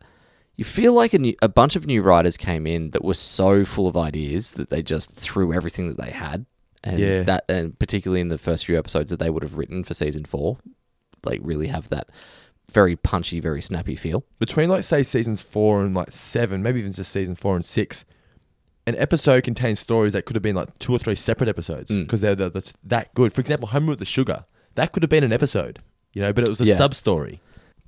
S5: You feel like a, new, a bunch of new writers came in that were so full of ideas that they just threw everything that they had, and
S4: Yeah.
S5: that, and particularly in the first few episodes that they would have written for season four, like really have that very punchy, very snappy feel.
S4: between like say seasons four and like seven, maybe even just season four and six, an episode contains stories that could have been like two or three separate episodes because they're, they're that's that good. For example, Homer with the Sugar that could have been an episode, you know, but it was a
S5: Yeah.
S4: sub story.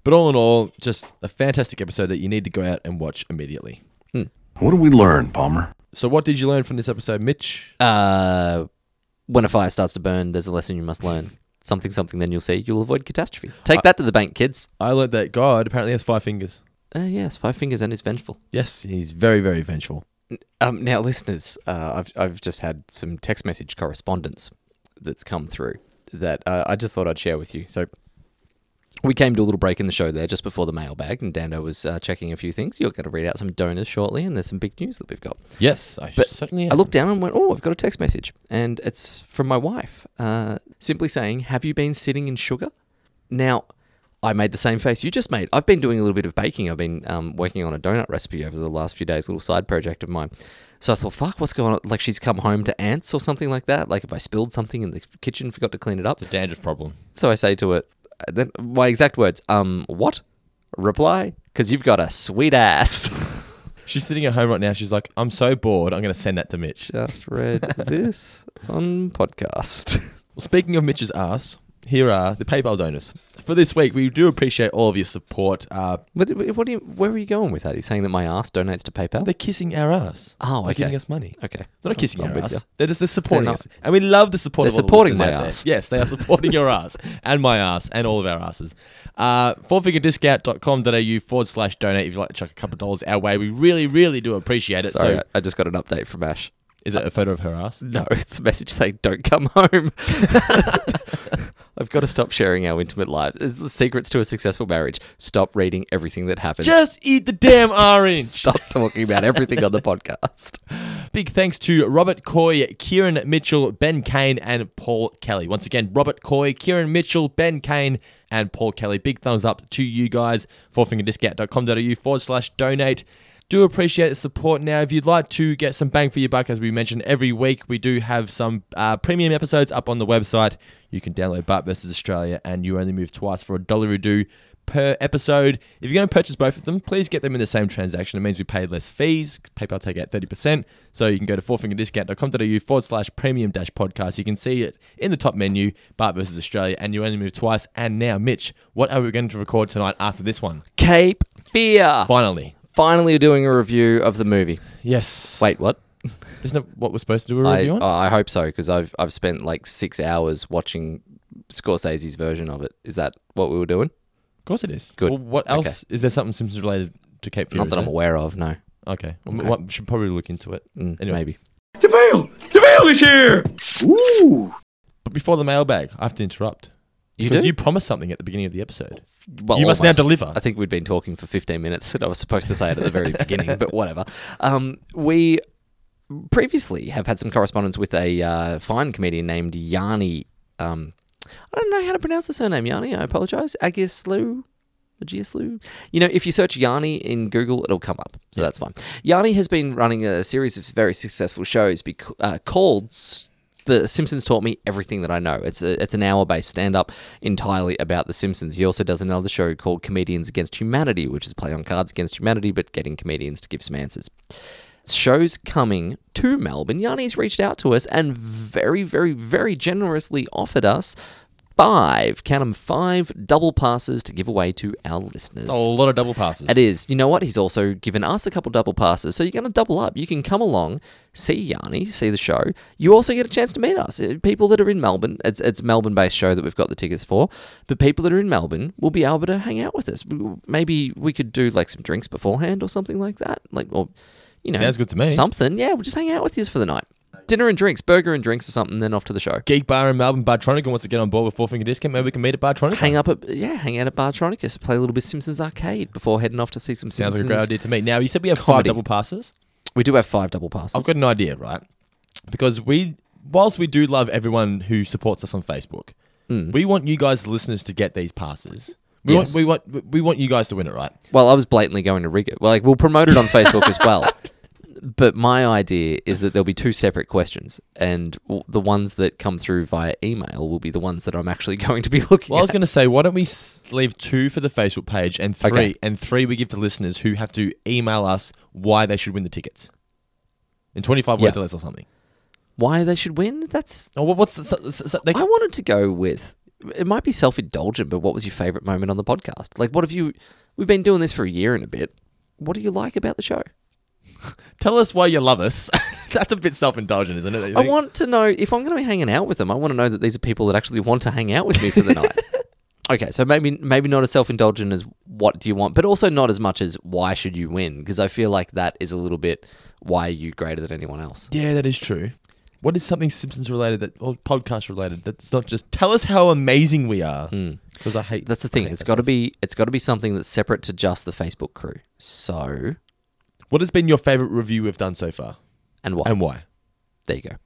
S4: But all in all, just a fantastic episode that you need to go out and watch immediately.
S7: What do we learn, Palmer?
S4: So, what did you learn from this episode, Mitch?
S5: Uh, when a fire starts to burn, there's a lesson you must learn. Something, something, then you'll see. You'll avoid catastrophe. Take that to the bank, kids.
S4: I learned that God apparently has five fingers.
S5: Uh, yes, Five Fingers and is vengeful.
S4: Yes, he's very, very vengeful.
S5: Um, now, listeners, uh, I've, I've just had some text message correspondence that's come through that uh, I just thought I'd share with you. So, we came to a little break in the show there just before the mailbag, and Dando was uh, checking a few things. You're going to read out some donors shortly, and there's some big news that we've got.
S4: Yes, I
S5: But
S4: certainly.
S5: I
S4: am.
S5: looked down and went, "Oh, I've got a text message, and it's from my wife, uh, simply saying, "Have you been sitting in sugar?" Now, I made the same face you just made. I've been doing a little bit of baking. I've been um, working on a donut recipe over the last few days, a little side project of mine. So I thought, "Fuck, what's going on?" Like she's come home to ants or something like that. Like if I spilled something in the kitchen, forgot to clean it up.
S4: dandruff problem.
S5: So I say to her, uh, then my exact words, "Um, what?" Reply, "Cause you've got a sweet ass."
S4: She's sitting at home right now. She's like, I'm so bored. I'm going to send that to Mitch.
S5: just read this on podcast.
S4: Well, speaking of Mitch's ass, here are the PayPal donors for this week. We do appreciate all of your support. Uh,
S5: What, what do you, where are you going with that? He's saying that my ass donates to PayPal.
S4: they're kissing our ass.
S5: oh,
S4: They're
S5: okay.
S4: giving us money.
S5: Okay.
S4: They're not kissing
S5: I'm
S4: our
S5: with
S4: ass.
S5: ya.
S4: They're just they're supporting
S5: They're not.
S4: us, and we love the support. of
S5: They're
S4: all the
S5: supporting
S4: listeners
S5: my
S4: out there.
S5: ass.
S4: Yes, they are supporting your ass and my ass and all of our asses. Uh, fourfigurediscount.com.au forward slash donate if you'd like to chuck a couple of dollars our way. We really, really do appreciate it.
S5: Sorry,
S4: So,
S5: I I just got an update from Ash.
S4: is it a photo of her ass?
S5: No, it's a message saying don't come home. I've got to stop sharing our intimate lives. It's the secrets to a successful marriage. Stop reading everything that happens.
S4: Just eat the damn orange.
S5: stop talking about everything on the podcast.
S4: Big thanks to Robert Coy, Kieran Mitchell, Ben Kane, and Paul Kelly. Once again, Robert Coy, Kieran Mitchell, Ben Kane, and Paul Kelly. Big thumbs up to you guys. Fourfingerdiscount.com.au forward slash donate. Do appreciate the support. Now, if you'd like to get some bang for your buck, as we mentioned every week, we do have some uh, premium episodes up on the website. You can download Bart versus Australia, and you only move twice for a dollar a do per episode. If you're going to purchase both of them, please get them in the same transaction. It means we pay less fees. PayPal take out 30%. So you can go to fourfingerdiscount.com.au forward slash premium dash podcast. You can see it in the top menu, Bart versus Australia, and you only move twice. And now, Mitch, what are we going to record tonight after this one?
S5: Cape Fear.
S4: Finally.
S5: Finally, doing a review of the movie.
S4: Yes.
S5: Wait, what?
S4: Isn't that what we're supposed to do a
S5: I,
S4: review
S5: oh,
S4: on?
S5: I hope so because I've I've spent like six hours watching Scorsese's version of it. Is that what we were doing?
S4: of course it is.
S5: good.
S4: Well, what
S5: Okay.
S4: else? Is there something Simpsons related to Cape Fear?
S5: Not
S4: is
S5: that I'm
S4: there?
S5: aware of. No.
S4: Okay. Well,
S5: Okay.
S4: what- should probably look into it.
S5: Mm,
S4: Anyway.
S5: Maybe.
S4: But before the mailbag, I have to interrupt.
S5: You
S4: because
S5: do?
S4: you promised something at the beginning of the episode.
S5: Well,
S4: You must now deliver.
S5: I think we'd been talking for 15 minutes, and I was supposed to say it at the very beginning, but whatever. Um, we previously have had some correspondence with a uh, fine comedian named Yanni. Um, I don't know how to pronounce the surname, Yanni. I apologize. Agislu? Agislu? You know, if you search Yanni in Google, it'll come up, so that's fine. Yanni has been running a series of very successful shows bec- uh, called. S- the Simpsons taught me everything that I know. It's a, it's an hour based stand up entirely about The Simpsons. He also does another show called Comedians Against Humanity, which is play on cards against humanity, but getting comedians to give some answers shows coming to Melbourne. Yanni's reached out to us and very, very, very generously offered us five, count 'em, five double passes to give away to our listeners.
S4: A lot of double passes.
S5: It is. You know what? He's also given us a couple double passes. So you're going to double up. You can come along, see Yanni, see the show. You also get a chance to meet us. Uh, People that are in Melbourne, it's, it's Melbourne based show that we've got the tickets for, but people that are in Melbourne will be able to hang out with us. W- Maybe we could do like some drinks beforehand or something like that. Like, or, you know,
S4: Sounds good to me.
S5: Something. Yeah, we'll just hang out with you for the night. Dinner and drinks, burger and drinks or something, then off to the show.
S4: Geek Bar in Melbourne, Bartronic wants to get on board with Four Finger Discount. Maybe we can meet at Bartronic.
S5: Hang up at yeah, hang out at Bartronicus, play a little bit of Simpsons Arcade before heading off to see some
S4: Sounds like a
S5: Simpsons.
S4: great idea to me. Now, you said we have
S5: Comedy.
S4: five double passes.
S5: We do have five double passes.
S4: I've got an idea, right? Because we, whilst we do love everyone who supports us on Facebook, we want you guys, the listeners, to get these passes. We,
S5: Yes.
S4: want, we want we want you guys to win it, right?
S5: Well, I was blatantly going to rig it. Well, like we'll promote it on Facebook as well. But my idea is that there'll be two separate questions, and w- the ones that come through via email will be the ones that I'm actually going to be looking
S4: Well, I was
S5: at.
S4: going to say, why don't we s- leave two for the Facebook page and three,
S5: Okay.
S4: and three we give to listeners who have to email us why they should win the tickets in 25 words
S5: Yeah.
S4: or less or something.
S5: Why they should win? That's
S4: Oh, what- what's the, so, so- so they,
S5: I wanted to go with. It might be self indulgent, but what was your favorite moment on the podcast? Like, what have you? We've been doing this for a year and a bit. What do you like about the show?
S4: tell us why you love us? That's a bit self-indulgent, isn't it?
S5: I want to know if I'm going to be hanging out with them. I want to know that these are people that actually want to hang out with me for the night. Okay, so maybe maybe not as self-indulgent as what do you want, but also not as much as why should you win? Because I feel like that is a little bit why are you greater than anyone else?
S4: Yeah, that is true. What is something Simpsons related that or podcast related that's not just tell us how amazing we are? Because I hate
S5: That's the thing. It's got to be it's got to be something that's separate to just the Facebook crew. So,
S4: What has been your favorite review we've done so far,
S5: and why?
S4: and why?
S5: there you go.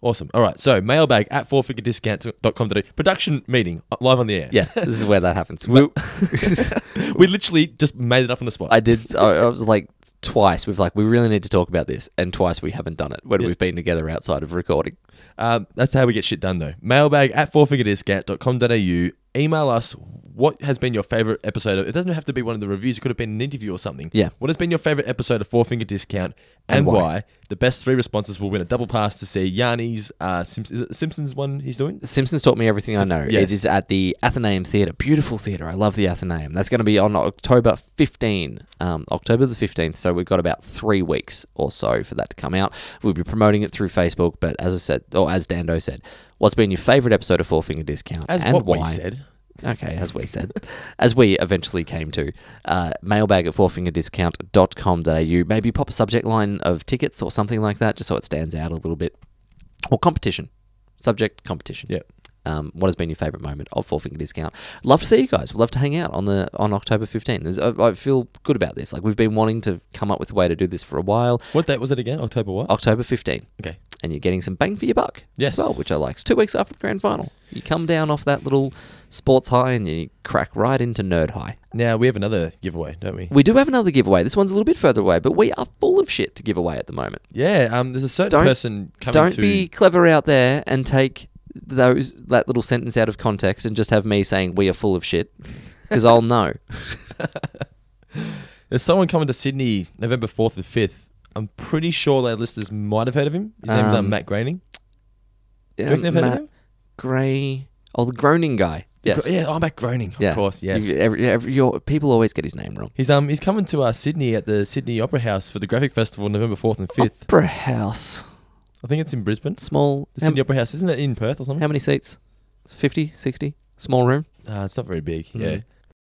S4: Awesome. All right. So mailbag at fourfigurediscount.com.au. Production meeting uh, live on the air.
S5: Yeah, this is where that happens. We,
S4: We literally just made it up on the spot.
S5: I did. I, I was like twice. We've like we really need to talk about this, and twice we haven't done it when we've been together outside of recording.
S4: Um, that's how we get shit done, though. Mailbag at fourfigurediscount.com.au. Email us what has been your favorite episode. Of, it doesn't have to be one of the reviews. It could have been an interview or something.
S5: Yeah.
S4: What has been your favorite episode of Four Finger Discount and,
S5: And
S4: why?
S5: why?
S4: The best three responses will win a double pass to see Yanni's uh, Simps- is it the Simpsons one he's doing.
S5: Simpsons taught me everything I know.
S4: yes.
S5: It is at the Athenaeum Theatre. Beautiful theatre. I love the Athenaeum. That's going to be on October 15, um, October the 15th. So we've got about three weeks or so for that to come out. We'll be promoting it through Facebook. But as I said, or as Dando said, what's been your favourite episode of Four Finger Discount
S4: As
S5: and
S4: what
S5: why?
S4: we said.
S5: Okay, as we said, as we eventually came to, uh, mailbag at fourfingerdiscount.com.au. Maybe pop a subject line of tickets or something like that, just so it stands out a little bit. Or competition. Subject competition.
S4: Yeah.
S5: Um, what has been your favourite moment of Four Finger Discount? Love to see you guys. We'd love to hang out on the on October 15th. There's- I, I feel good about this. Like, we've been wanting to come up with a way to do this for a while.
S4: What date was it again? October what?
S5: October 15th.
S4: Okay.
S5: And you're getting some bang for your buck.
S4: Yes.
S5: As well, which I like. It's two weeks after the grand final. You come down off that little sports high and you crack right into nerd high.
S4: Now we have another giveaway, don't we?
S5: We do have another giveaway. This one's a little bit further away, but we are full of shit to give away at the moment.
S4: Yeah. Um. There's a certain
S5: Don't-
S4: person coming
S5: Don't
S4: to.
S5: be clever out there and take those that little sentence out of context and just have me saying we are full of shit because I'll know.
S4: There's someone coming to Sydney November 4th and 5th. I'm pretty sure our listeners might have heard of him. His name's um,
S5: Um,
S4: Matt Groening. Do you
S5: Um,
S4: reckon they've heard of
S5: Matt
S4: him?
S5: Gray, oh the groaning guy. Yes,
S4: Yeah, oh, Matt Groening. Of course, yes.
S5: You- every- every- your- people always get his name wrong.
S4: He's um he's coming to uh, Sydney at the Sydney Opera House for the Graphic Festival November 4th and 5th.
S5: Opera House,
S4: I think it's in Brisbane.
S5: small.
S4: The
S5: How,
S4: Sydney Opera House, isn't it in Perth or
S5: how
S4: something?
S5: many seats? 50, 60? Small room.
S4: Uh, it's not very big.
S5: Mhm.
S4: Yeah.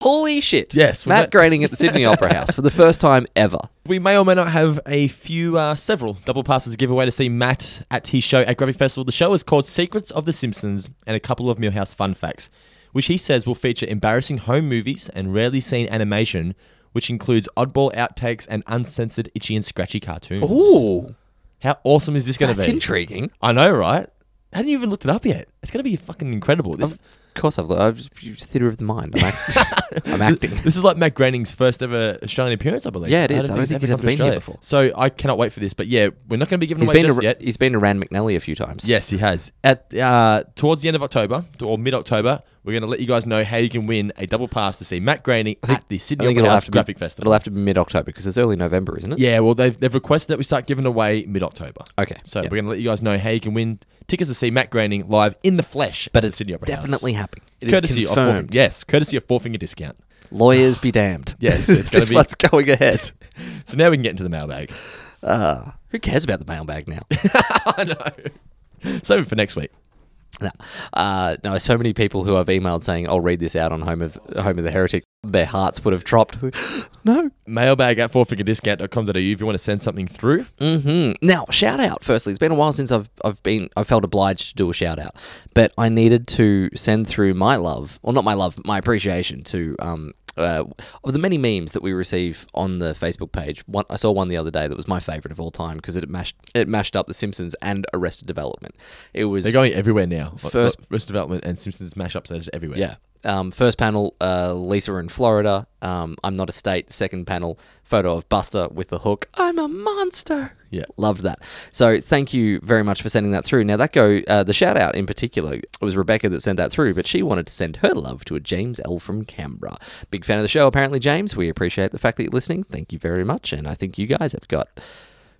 S5: Holy shit!
S4: Yes, was
S5: Matt
S4: that-
S5: Groening at the Sydney Opera House for the first time ever.
S4: We may or may not have a few, uh, several double passes to give away to see Matt at his show at Graphic Festival. The show is called Secrets of the Simpsons and a couple of Millhouse fun facts, which he says will feature embarrassing home movies and rarely seen animation, which includes oddball outtakes and uncensored itchy and scratchy cartoons.
S5: Ooh,
S4: How awesome is this going to
S5: that's
S4: be?
S5: intriguing.
S4: I know, right? Hadn't you even looked it up yet? It's going to be fucking incredible. This,
S5: Of course, I've, I've just- you theatre of the mind. I'm, act- I'm acting.
S4: this is like Matt Groening's first ever Australian appearance, I believe.
S5: Yeah, it is. I don't think he's
S4: come
S5: ever
S4: to
S5: been here
S4: Australia. So I cannot wait for this. But yeah, we're not going to be giving
S5: He's
S4: away
S5: been, to,
S4: just
S5: Ra-
S4: yet.
S5: he's been to Rand McNally a few times.
S4: Yes, he has. At uh, towards the end of October or mid October, we're going to let you guys know how you can win a double pass to see Matt Groening at the
S5: I
S4: Sydney
S5: think
S4: Opera
S5: it'll
S4: House
S5: have, to be,
S4: Graphic
S5: it'll
S4: Festival.
S5: have to be mid October because it's early November, isn't it?
S4: Yeah, well, they've, they've requested that we start giving away mid October.
S5: Okay.
S4: So
S5: yeah.
S4: we're going to let you guys know how you can win tickets to see Matt Groening live in the flesh.
S5: But
S4: at
S5: it's
S4: the Sydney Opera House.
S5: definitely happening. It is
S4: courtesy of four,
S5: confirmed.
S4: yes, courtesy of four finger discount.
S5: Lawyers be damned.
S4: Yes, it's
S5: this
S4: gonna
S5: is
S4: be-
S5: what's going ahead.
S4: So now we can get into the mailbag.
S5: Uh, who cares about the mailbag now?
S4: I know. Save it for next week.
S5: No. Uh, no, so many people who I've emailed saying I'll read this out on Home of Home of the Heretic, their hearts would have dropped. no.
S4: Mailbag at fourfigurediscount.com.au if you want to send something through.
S5: hmm Now, shout out. Firstly, it's been a while since I've I've been I felt obliged to do a shout out, but I needed to send through my love, or not my love, my appreciation to um uh, of the many memes that we receive on the Facebook page. One I saw one the other day that was my favorite of all time because it mashed it mashed up The Simpsons and Arrested Development. It was
S4: They're going everywhere now. Like,
S5: First-
S4: like, Risk Development and Simpsons mashups are just everywhere.
S5: Yeah. Um, first panel, uh, Lisa in Florida. Um, I'm not a state. Second panel, photo of Buster with the hook. I'm a monster.
S4: Yeah.
S5: Loved that. So thank you very much for sending that through. Now that go uh, the shout out in particular it was Rebecca that sent that through, but she wanted to send her love to a James L from Canberra. Big fan of the show, apparently James. We appreciate the fact that you're listening. Thank you very much, and I think you guys have got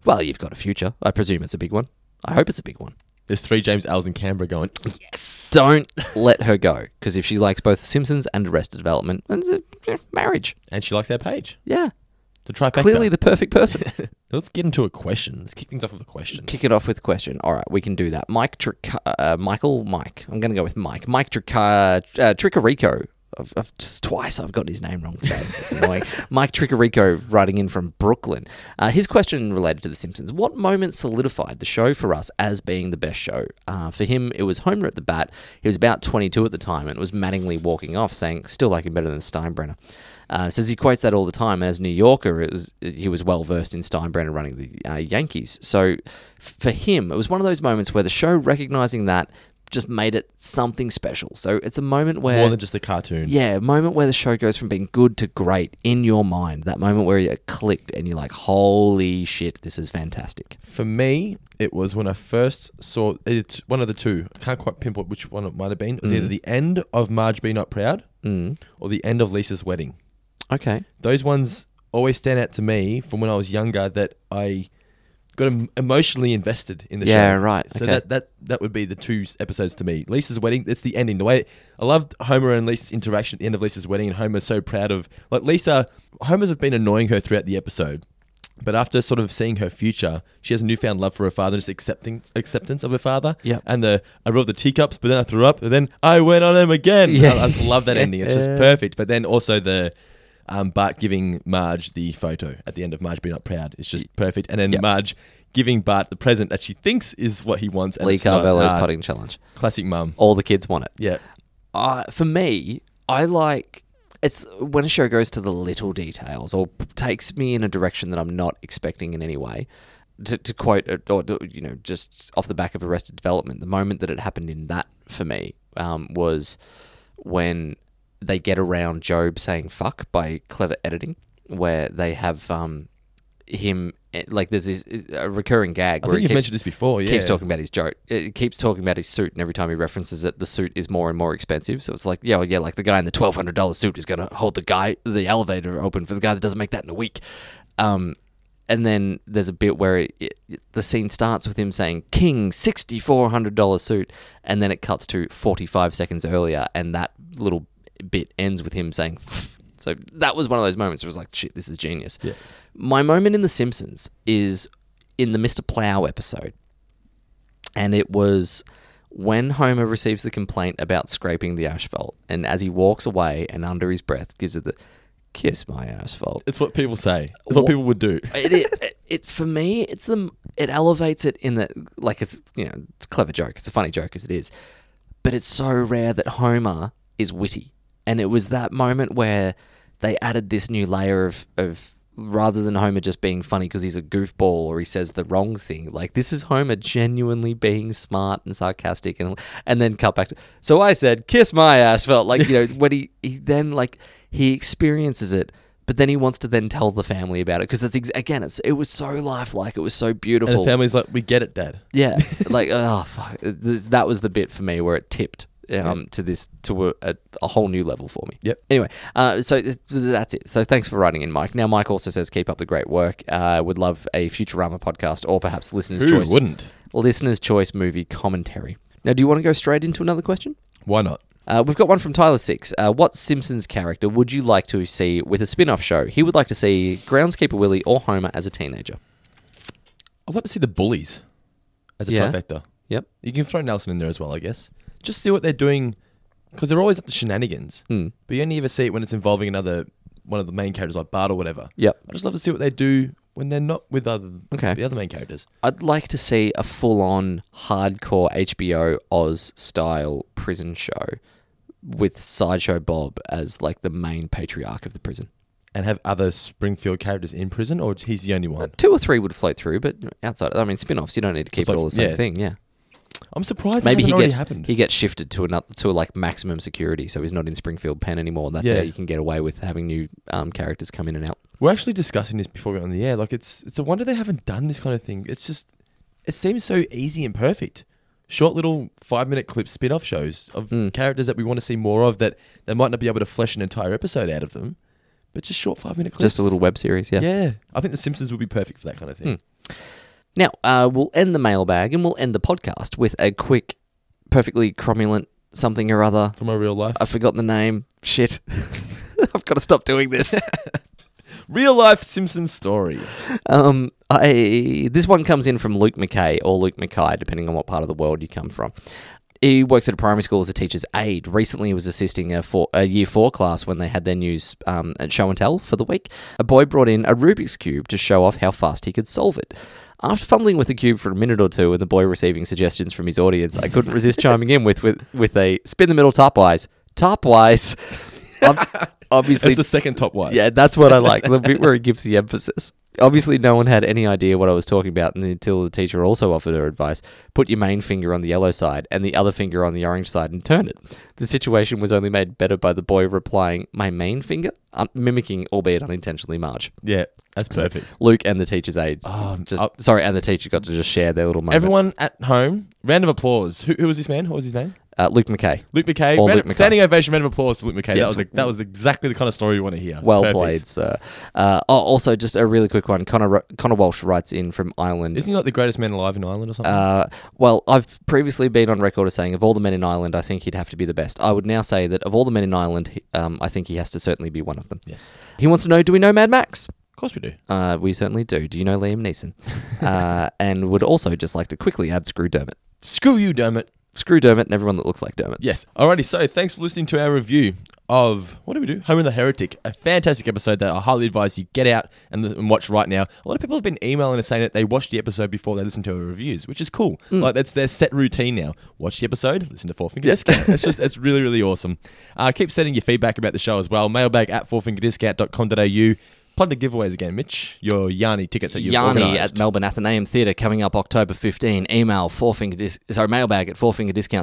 S5: well, you've got a future. I presume it's a big one. I hope it's a big one.
S4: There's three James L's in Canberra going.
S5: Don't let her go because if she likes both The Simpsons and Arrested Development, it's a eh, marriage.
S4: And she likes our page.
S5: Yeah,
S4: The trifecta.
S5: clearly the perfect person.
S4: Let's get into a question. Let's kick things off with a question.
S5: kick it off with a question. All right, we can do that. Mike, Tric- uh, Michael, Mike. I'm going to go with Mike. Mike Tric- uh, uh, Tricarico. I've, I've just twice I've gotten his name wrong today. It's annoying. Mike Tricarico writing in from Brooklyn. Uh, his question related to The Simpsons. What moment solidified the show for us as being the best show? Uh, for him, it was Homer at the bat. He was about 22 at the time, and it was Mattingly walking off saying, "Still like him better than Steinbrenner." Uh, says he quotes that all the time. And as a New Yorker, it was he was well versed in Steinbrenner running the uh, Yankees. So for him, it was one of those moments where the show recognizing that just made it something special. So it's a moment where
S4: More than just a cartoon.
S5: yeah, a moment where the show goes from being good to great in your mind. That moment where it clicked and you're like, "Holy shit, this is fantastic!"
S4: For me, it was when I first saw it's one of the two. I can't quite pinpoint which one it might have
S5: Mm.
S4: been. It was either the end of Marge Be Not Proud or the end of Lisa's Wedding.
S5: Okay,
S4: Those ones always stand out to me from when I was younger that I got em- emotionally invested in the show.
S5: Yeah, right,
S4: So
S5: okay.
S4: that, that that would be the two s- episodes to me. Lisa's Wedding, it's the ending. The way I loved Homer and Lisa's interaction at the end of Lisa's Wedding and Homer's so proud of like Lisa Homer's been annoying her throughout the episode. But after sort of seeing her future, she has a newfound love for her father, just accepting acceptance of her father.
S5: Yep.
S4: And the I rolled the teacups, but then I threw up, and then I went on him again.
S5: Yeah.
S4: I, I just love that ending. It's just
S5: Yeah.
S4: perfect. But then also the um, Bart giving Marge the photo at the end of Marge being not proud. It's just perfect. And then
S5: Yep.
S4: Marge giving Bart the present that she thinks is what he wants. And
S5: Lee
S4: it's not.
S5: Carvello's
S4: Uh,
S5: putting challenge.
S4: Classic mum.
S5: All the kids want it.
S4: Yeah.
S5: uh, for me, I like it's when a show goes to the little details or p- takes me in a direction that I'm not expecting in any way. To, to quote, uh, or to, you know, just off the back of Arrested Development, the moment that it happened in that for me um, was when they get around Job saying "fuck" by clever editing, where they have um, him eh, like there's this a recurring gag.
S4: I
S5: where
S4: think
S5: he
S4: you've
S5: keeps-
S4: mentioned this before. Oh, Yeah.
S5: keeps talking about his joke. It keeps talking about his suit, and every time he references it, the suit is more and more expensive. So it's like, yeah, well, yeah, like the guy in the twelve hundred dollars suit is going to hold the guy the elevator open for the guy that doesn't make that in a week. Um, and then there's a bit where it, it, the scene starts with him saying "King sixty four hundred dollar suit," and then it cuts to forty five seconds earlier, and that little bit ends with him saying. "Pff." So that was one of those moments where I was like, shit, this is genius. My moment in The Simpsons is in the Mr. Plow episode and it was when Homer receives the complaint about scraping the asphalt, and as he walks away and under his breath gives it the kiss my asphalt.
S4: It's what people say. It's what,
S5: Wha-
S4: people would do.
S5: It, it, it for me, it's the it elevates it in that like it's you know it's a clever joke. It's a funny joke as it is, but it's so rare that Homer is witty, and it was that moment where they added this new layer of of rather than Homer just being funny because he's a goofball or he says the wrong thing. Like this is Homer genuinely being smart and sarcastic, and and then cut back to. So I said, "Kiss my ass," felt like you know when he he then like he experiences it. But then he wants to then tell the family about it because that's ex- again, it's it was so lifelike, it was so beautiful.
S4: And the family's like, we get it, Dad.
S5: Yeah, like oh fuck, This- that was the bit for me where it tipped um, to this to a, a, a whole new level for me.
S4: Yep.
S5: Anyway, uh, so th- that's it. So thanks for writing in, Mike. Now Mike also says, keep up the great work. Uh, would love a Futurama podcast or perhaps listeners'
S4: Who
S5: choice
S4: wouldn't?
S5: listeners' choice movie commentary. Now, do you want to go straight into another question?
S4: Why not?
S5: Uh, we've got one from Tyler Six. Uh, what Simpsons character would you like to see with a spin off show? He would like to see Groundskeeper Willie or Homer as a teenager.
S4: I'd like to see the bullies as a
S5: Yeah.
S4: trifecta.
S5: Yep.
S4: You can throw Nelson in there as well, I guess. Just see what they're doing, because they're always up to shenanigans.
S5: Hmm.
S4: But you only ever see it when it's involving another one of the main characters, like Bart or whatever.
S5: Yep.
S4: I just love to see what they do when they're not with other
S5: Okay.
S4: the other main characters.
S5: I'd like to see a full on hardcore HBO Oz style prison show with Sideshow Bob as like the main patriarch of the prison.
S4: And have other Springfield characters in prison, or he's the only one.
S5: Two or three would float through, but outside, I mean, spin offs, you don't need to keep
S4: Float-
S5: it all the same
S4: yeah.
S5: thing. Yeah.
S4: I'm surprised
S5: Maybe
S4: it
S5: he
S4: hasn't already
S5: gets
S4: happened.
S5: he gets shifted to another to like maximum security, so he's not in Springfield Pen anymore. That's
S4: Yeah.
S5: how you can get away with having new um, characters come in and out.
S4: We're actually discussing this before we went on the air. Like it's it's a wonder they haven't done this kind of thing. It's just it seems so easy and perfect. Short little five minute clip spin off shows of
S5: Hmm.
S4: characters that we want to see more of that they might not be able to flesh an entire episode out of them, but just short five minute clips.
S5: Just a little web series, yeah. Hmm.
S4: Yeah, I think The Simpsons would be perfect for that kind of thing.
S5: Now, uh, we'll end the mailbag and we'll end the podcast with a quick, perfectly cromulent something or other.
S4: From a real life,
S5: I forgot the name. Shit. I've got to stop doing this.
S4: real life Simpsons story.
S5: Um, I this one comes in from Luke McKay or Luke Mackay, depending on what part of the world you come from. He works at a primary school as a teacher's aide. Recently, he was assisting a, four, a year four class when they had their news um, at show and tell for the week. A boy brought in a Rubik's cube to show off how fast he could solve it. After fumbling with the cube for a minute or two, and the boy receiving suggestions from his audience, I couldn't resist chiming in with with, with a spin the middle topwise, topwise. Ob- Obviously,
S4: It's the second top wife.
S5: yeah, that's what I like. The bit where it gives the emphasis. Obviously, no one had any idea what I was talking about until the teacher also offered her advice. Put your main finger on the yellow side and the other finger on the orange side and turn it. The situation was only made better by the boy replying, My main finger? Um, mimicking, albeit unintentionally, March.
S4: yeah, that's perfect.
S5: Luke and the teacher's aide. just,
S4: I-
S5: sorry, and the teacher got to just share their little moment.
S4: Um, Everyone at home, round of applause. Who, who was this man? What was his name?
S5: Uh, Luke Mckay.
S4: Luke McKay.
S5: Or
S4: Round-
S5: Oh, Luke McKay.
S4: Standing ovation, round of applause to Luke McKay.
S5: Yeah,
S4: that was
S5: it's-
S4: that was exactly the kind of story we want to hear.
S5: Well
S4: Perfect.
S5: played, sir. Uh, oh, also, just a really quick one. Connor, Ro- Connor Walsh writes in from Ireland.
S4: Isn't he like the greatest man alive in Ireland or something?
S5: Uh, well, I've previously been on record as saying of all the men in Ireland, I think he'd have to be the best. I would now say that of all the men in Ireland, he- um, I think he has to certainly be one of them.
S4: yes.
S5: He wants to know, do we know Mad Max?
S4: Of course we do.
S5: Uh, we certainly do. Do you know Liam Neeson? uh, and would also just like to quickly add Screw Dermot.
S4: Screw you, Dermot.
S5: Screw Dermot and everyone that looks like Dermot.
S4: Yes. Alrighty, so thanks for listening to our review of what do we do? Home of the Heretic. A fantastic episode that I highly advise you get out and, and watch right now. A lot of people have been emailing us saying that they watched the episode before they listened to our reviews, which is cool.
S5: Mm.
S4: Like that's their set routine now. Watch the episode, listen to Four Finger Discount. It's just it's really, really awesome. Uh, keep sending your feedback about the show as well. Mailbag at fourfingerdiscount.com.au. Plug the giveaways again, Mitch. Your Yanni tickets that you've
S5: Yanni
S4: organised.
S5: at Melbourne Athenaeum Theatre coming up October 15. Email fourfinger dis- sorry, mailbag at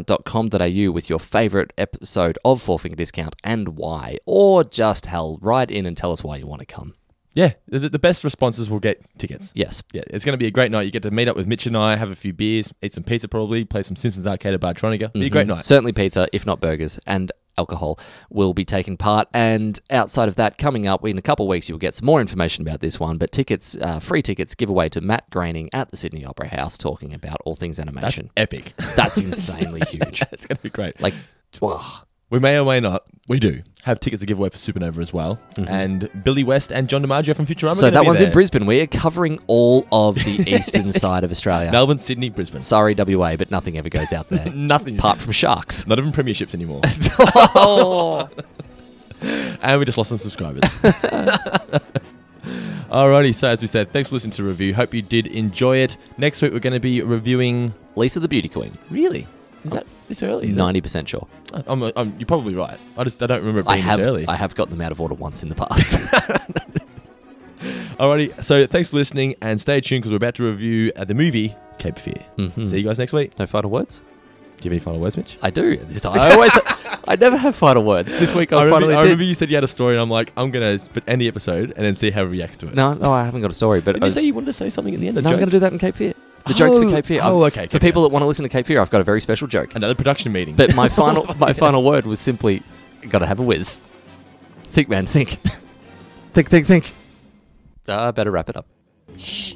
S5: fourfingerdiscount.com.au with your favourite episode of Four Finger Discount and why. Or just hell, write in and tell us why you want to come.
S4: Yeah, the, the best responses will get tickets.
S5: Yes.
S4: Yeah, it's going to be a great night. You get to meet up with Mitch and I, have a few beers, eat some pizza probably, play some Simpsons Arcade at Bartronica. Be a
S5: Mm-hmm.
S4: great night.
S5: Certainly pizza, if not burgers and alcohol, will be taking part. And outside of that, coming up in a couple of weeks, you'll get some more information about this one. But tickets, uh, free tickets, giveaway to Matt Groening at the Sydney Opera House, talking about all things animation.
S4: Epic.
S5: That's, insanely huge.
S4: it's going to be great.
S5: Like, wow.
S4: we may or may not, we do, have tickets to give away for Supernova as well. And Billy West and John DiMaggio from Futurama. are
S5: Mm-hmm. So
S4: gonna
S5: that
S4: be
S5: one's in
S4: there.
S5: Brisbane. We are covering all of the eastern side of Australia.
S4: Melbourne, Sydney, Brisbane.
S5: Sorry, WA, but nothing ever goes out there.
S4: Nothing.
S5: Apart from sharks.
S4: Not even premierships anymore.
S5: oh.
S4: and we just lost some subscribers. Alrighty, so as we said, thanks for listening to the review. Hope you did enjoy it. Next week we're going to be reviewing.
S5: Lisa the Beauty Queen.
S4: Really? Oh, Is that this early?
S5: 90% sure.
S4: I'm, I'm, you're probably right. I just I don't remember it being
S5: I have
S4: this early.
S5: I have got them out of order once in the past.
S4: Alrighty, so thanks for listening and stay tuned because we're about to review uh, the movie Cape Fear.
S5: Mhm.
S4: See you guys next week.
S5: no final words?
S4: Do you have any final words, Mitch?
S5: I do. This time. I always I never have final words. This week I,
S4: remember,
S5: finally
S4: I
S5: did.
S4: remember you said you had a story, and I'm like, I'm gonna put any episode and then see how it reacts to it.
S5: No, no, I haven't got a story, but
S4: Did you
S5: I-
S4: say you wanted to say something at the end? a
S5: no, I'm
S4: joke?
S5: going to do that in Cape Fear. The jokes for
S4: Oh,
S5: Cape Fear. I've-
S4: oh, okay,
S5: For
S4: Cape Fear.
S5: people that want to listen to Cape Fear, I've got a very special joke.
S4: another production meeting.
S5: But my final my final word was simply, gotta have a whiz. Think, man, think. think, think, think. Ah, better Uh, wrap it up.
S10: Shh.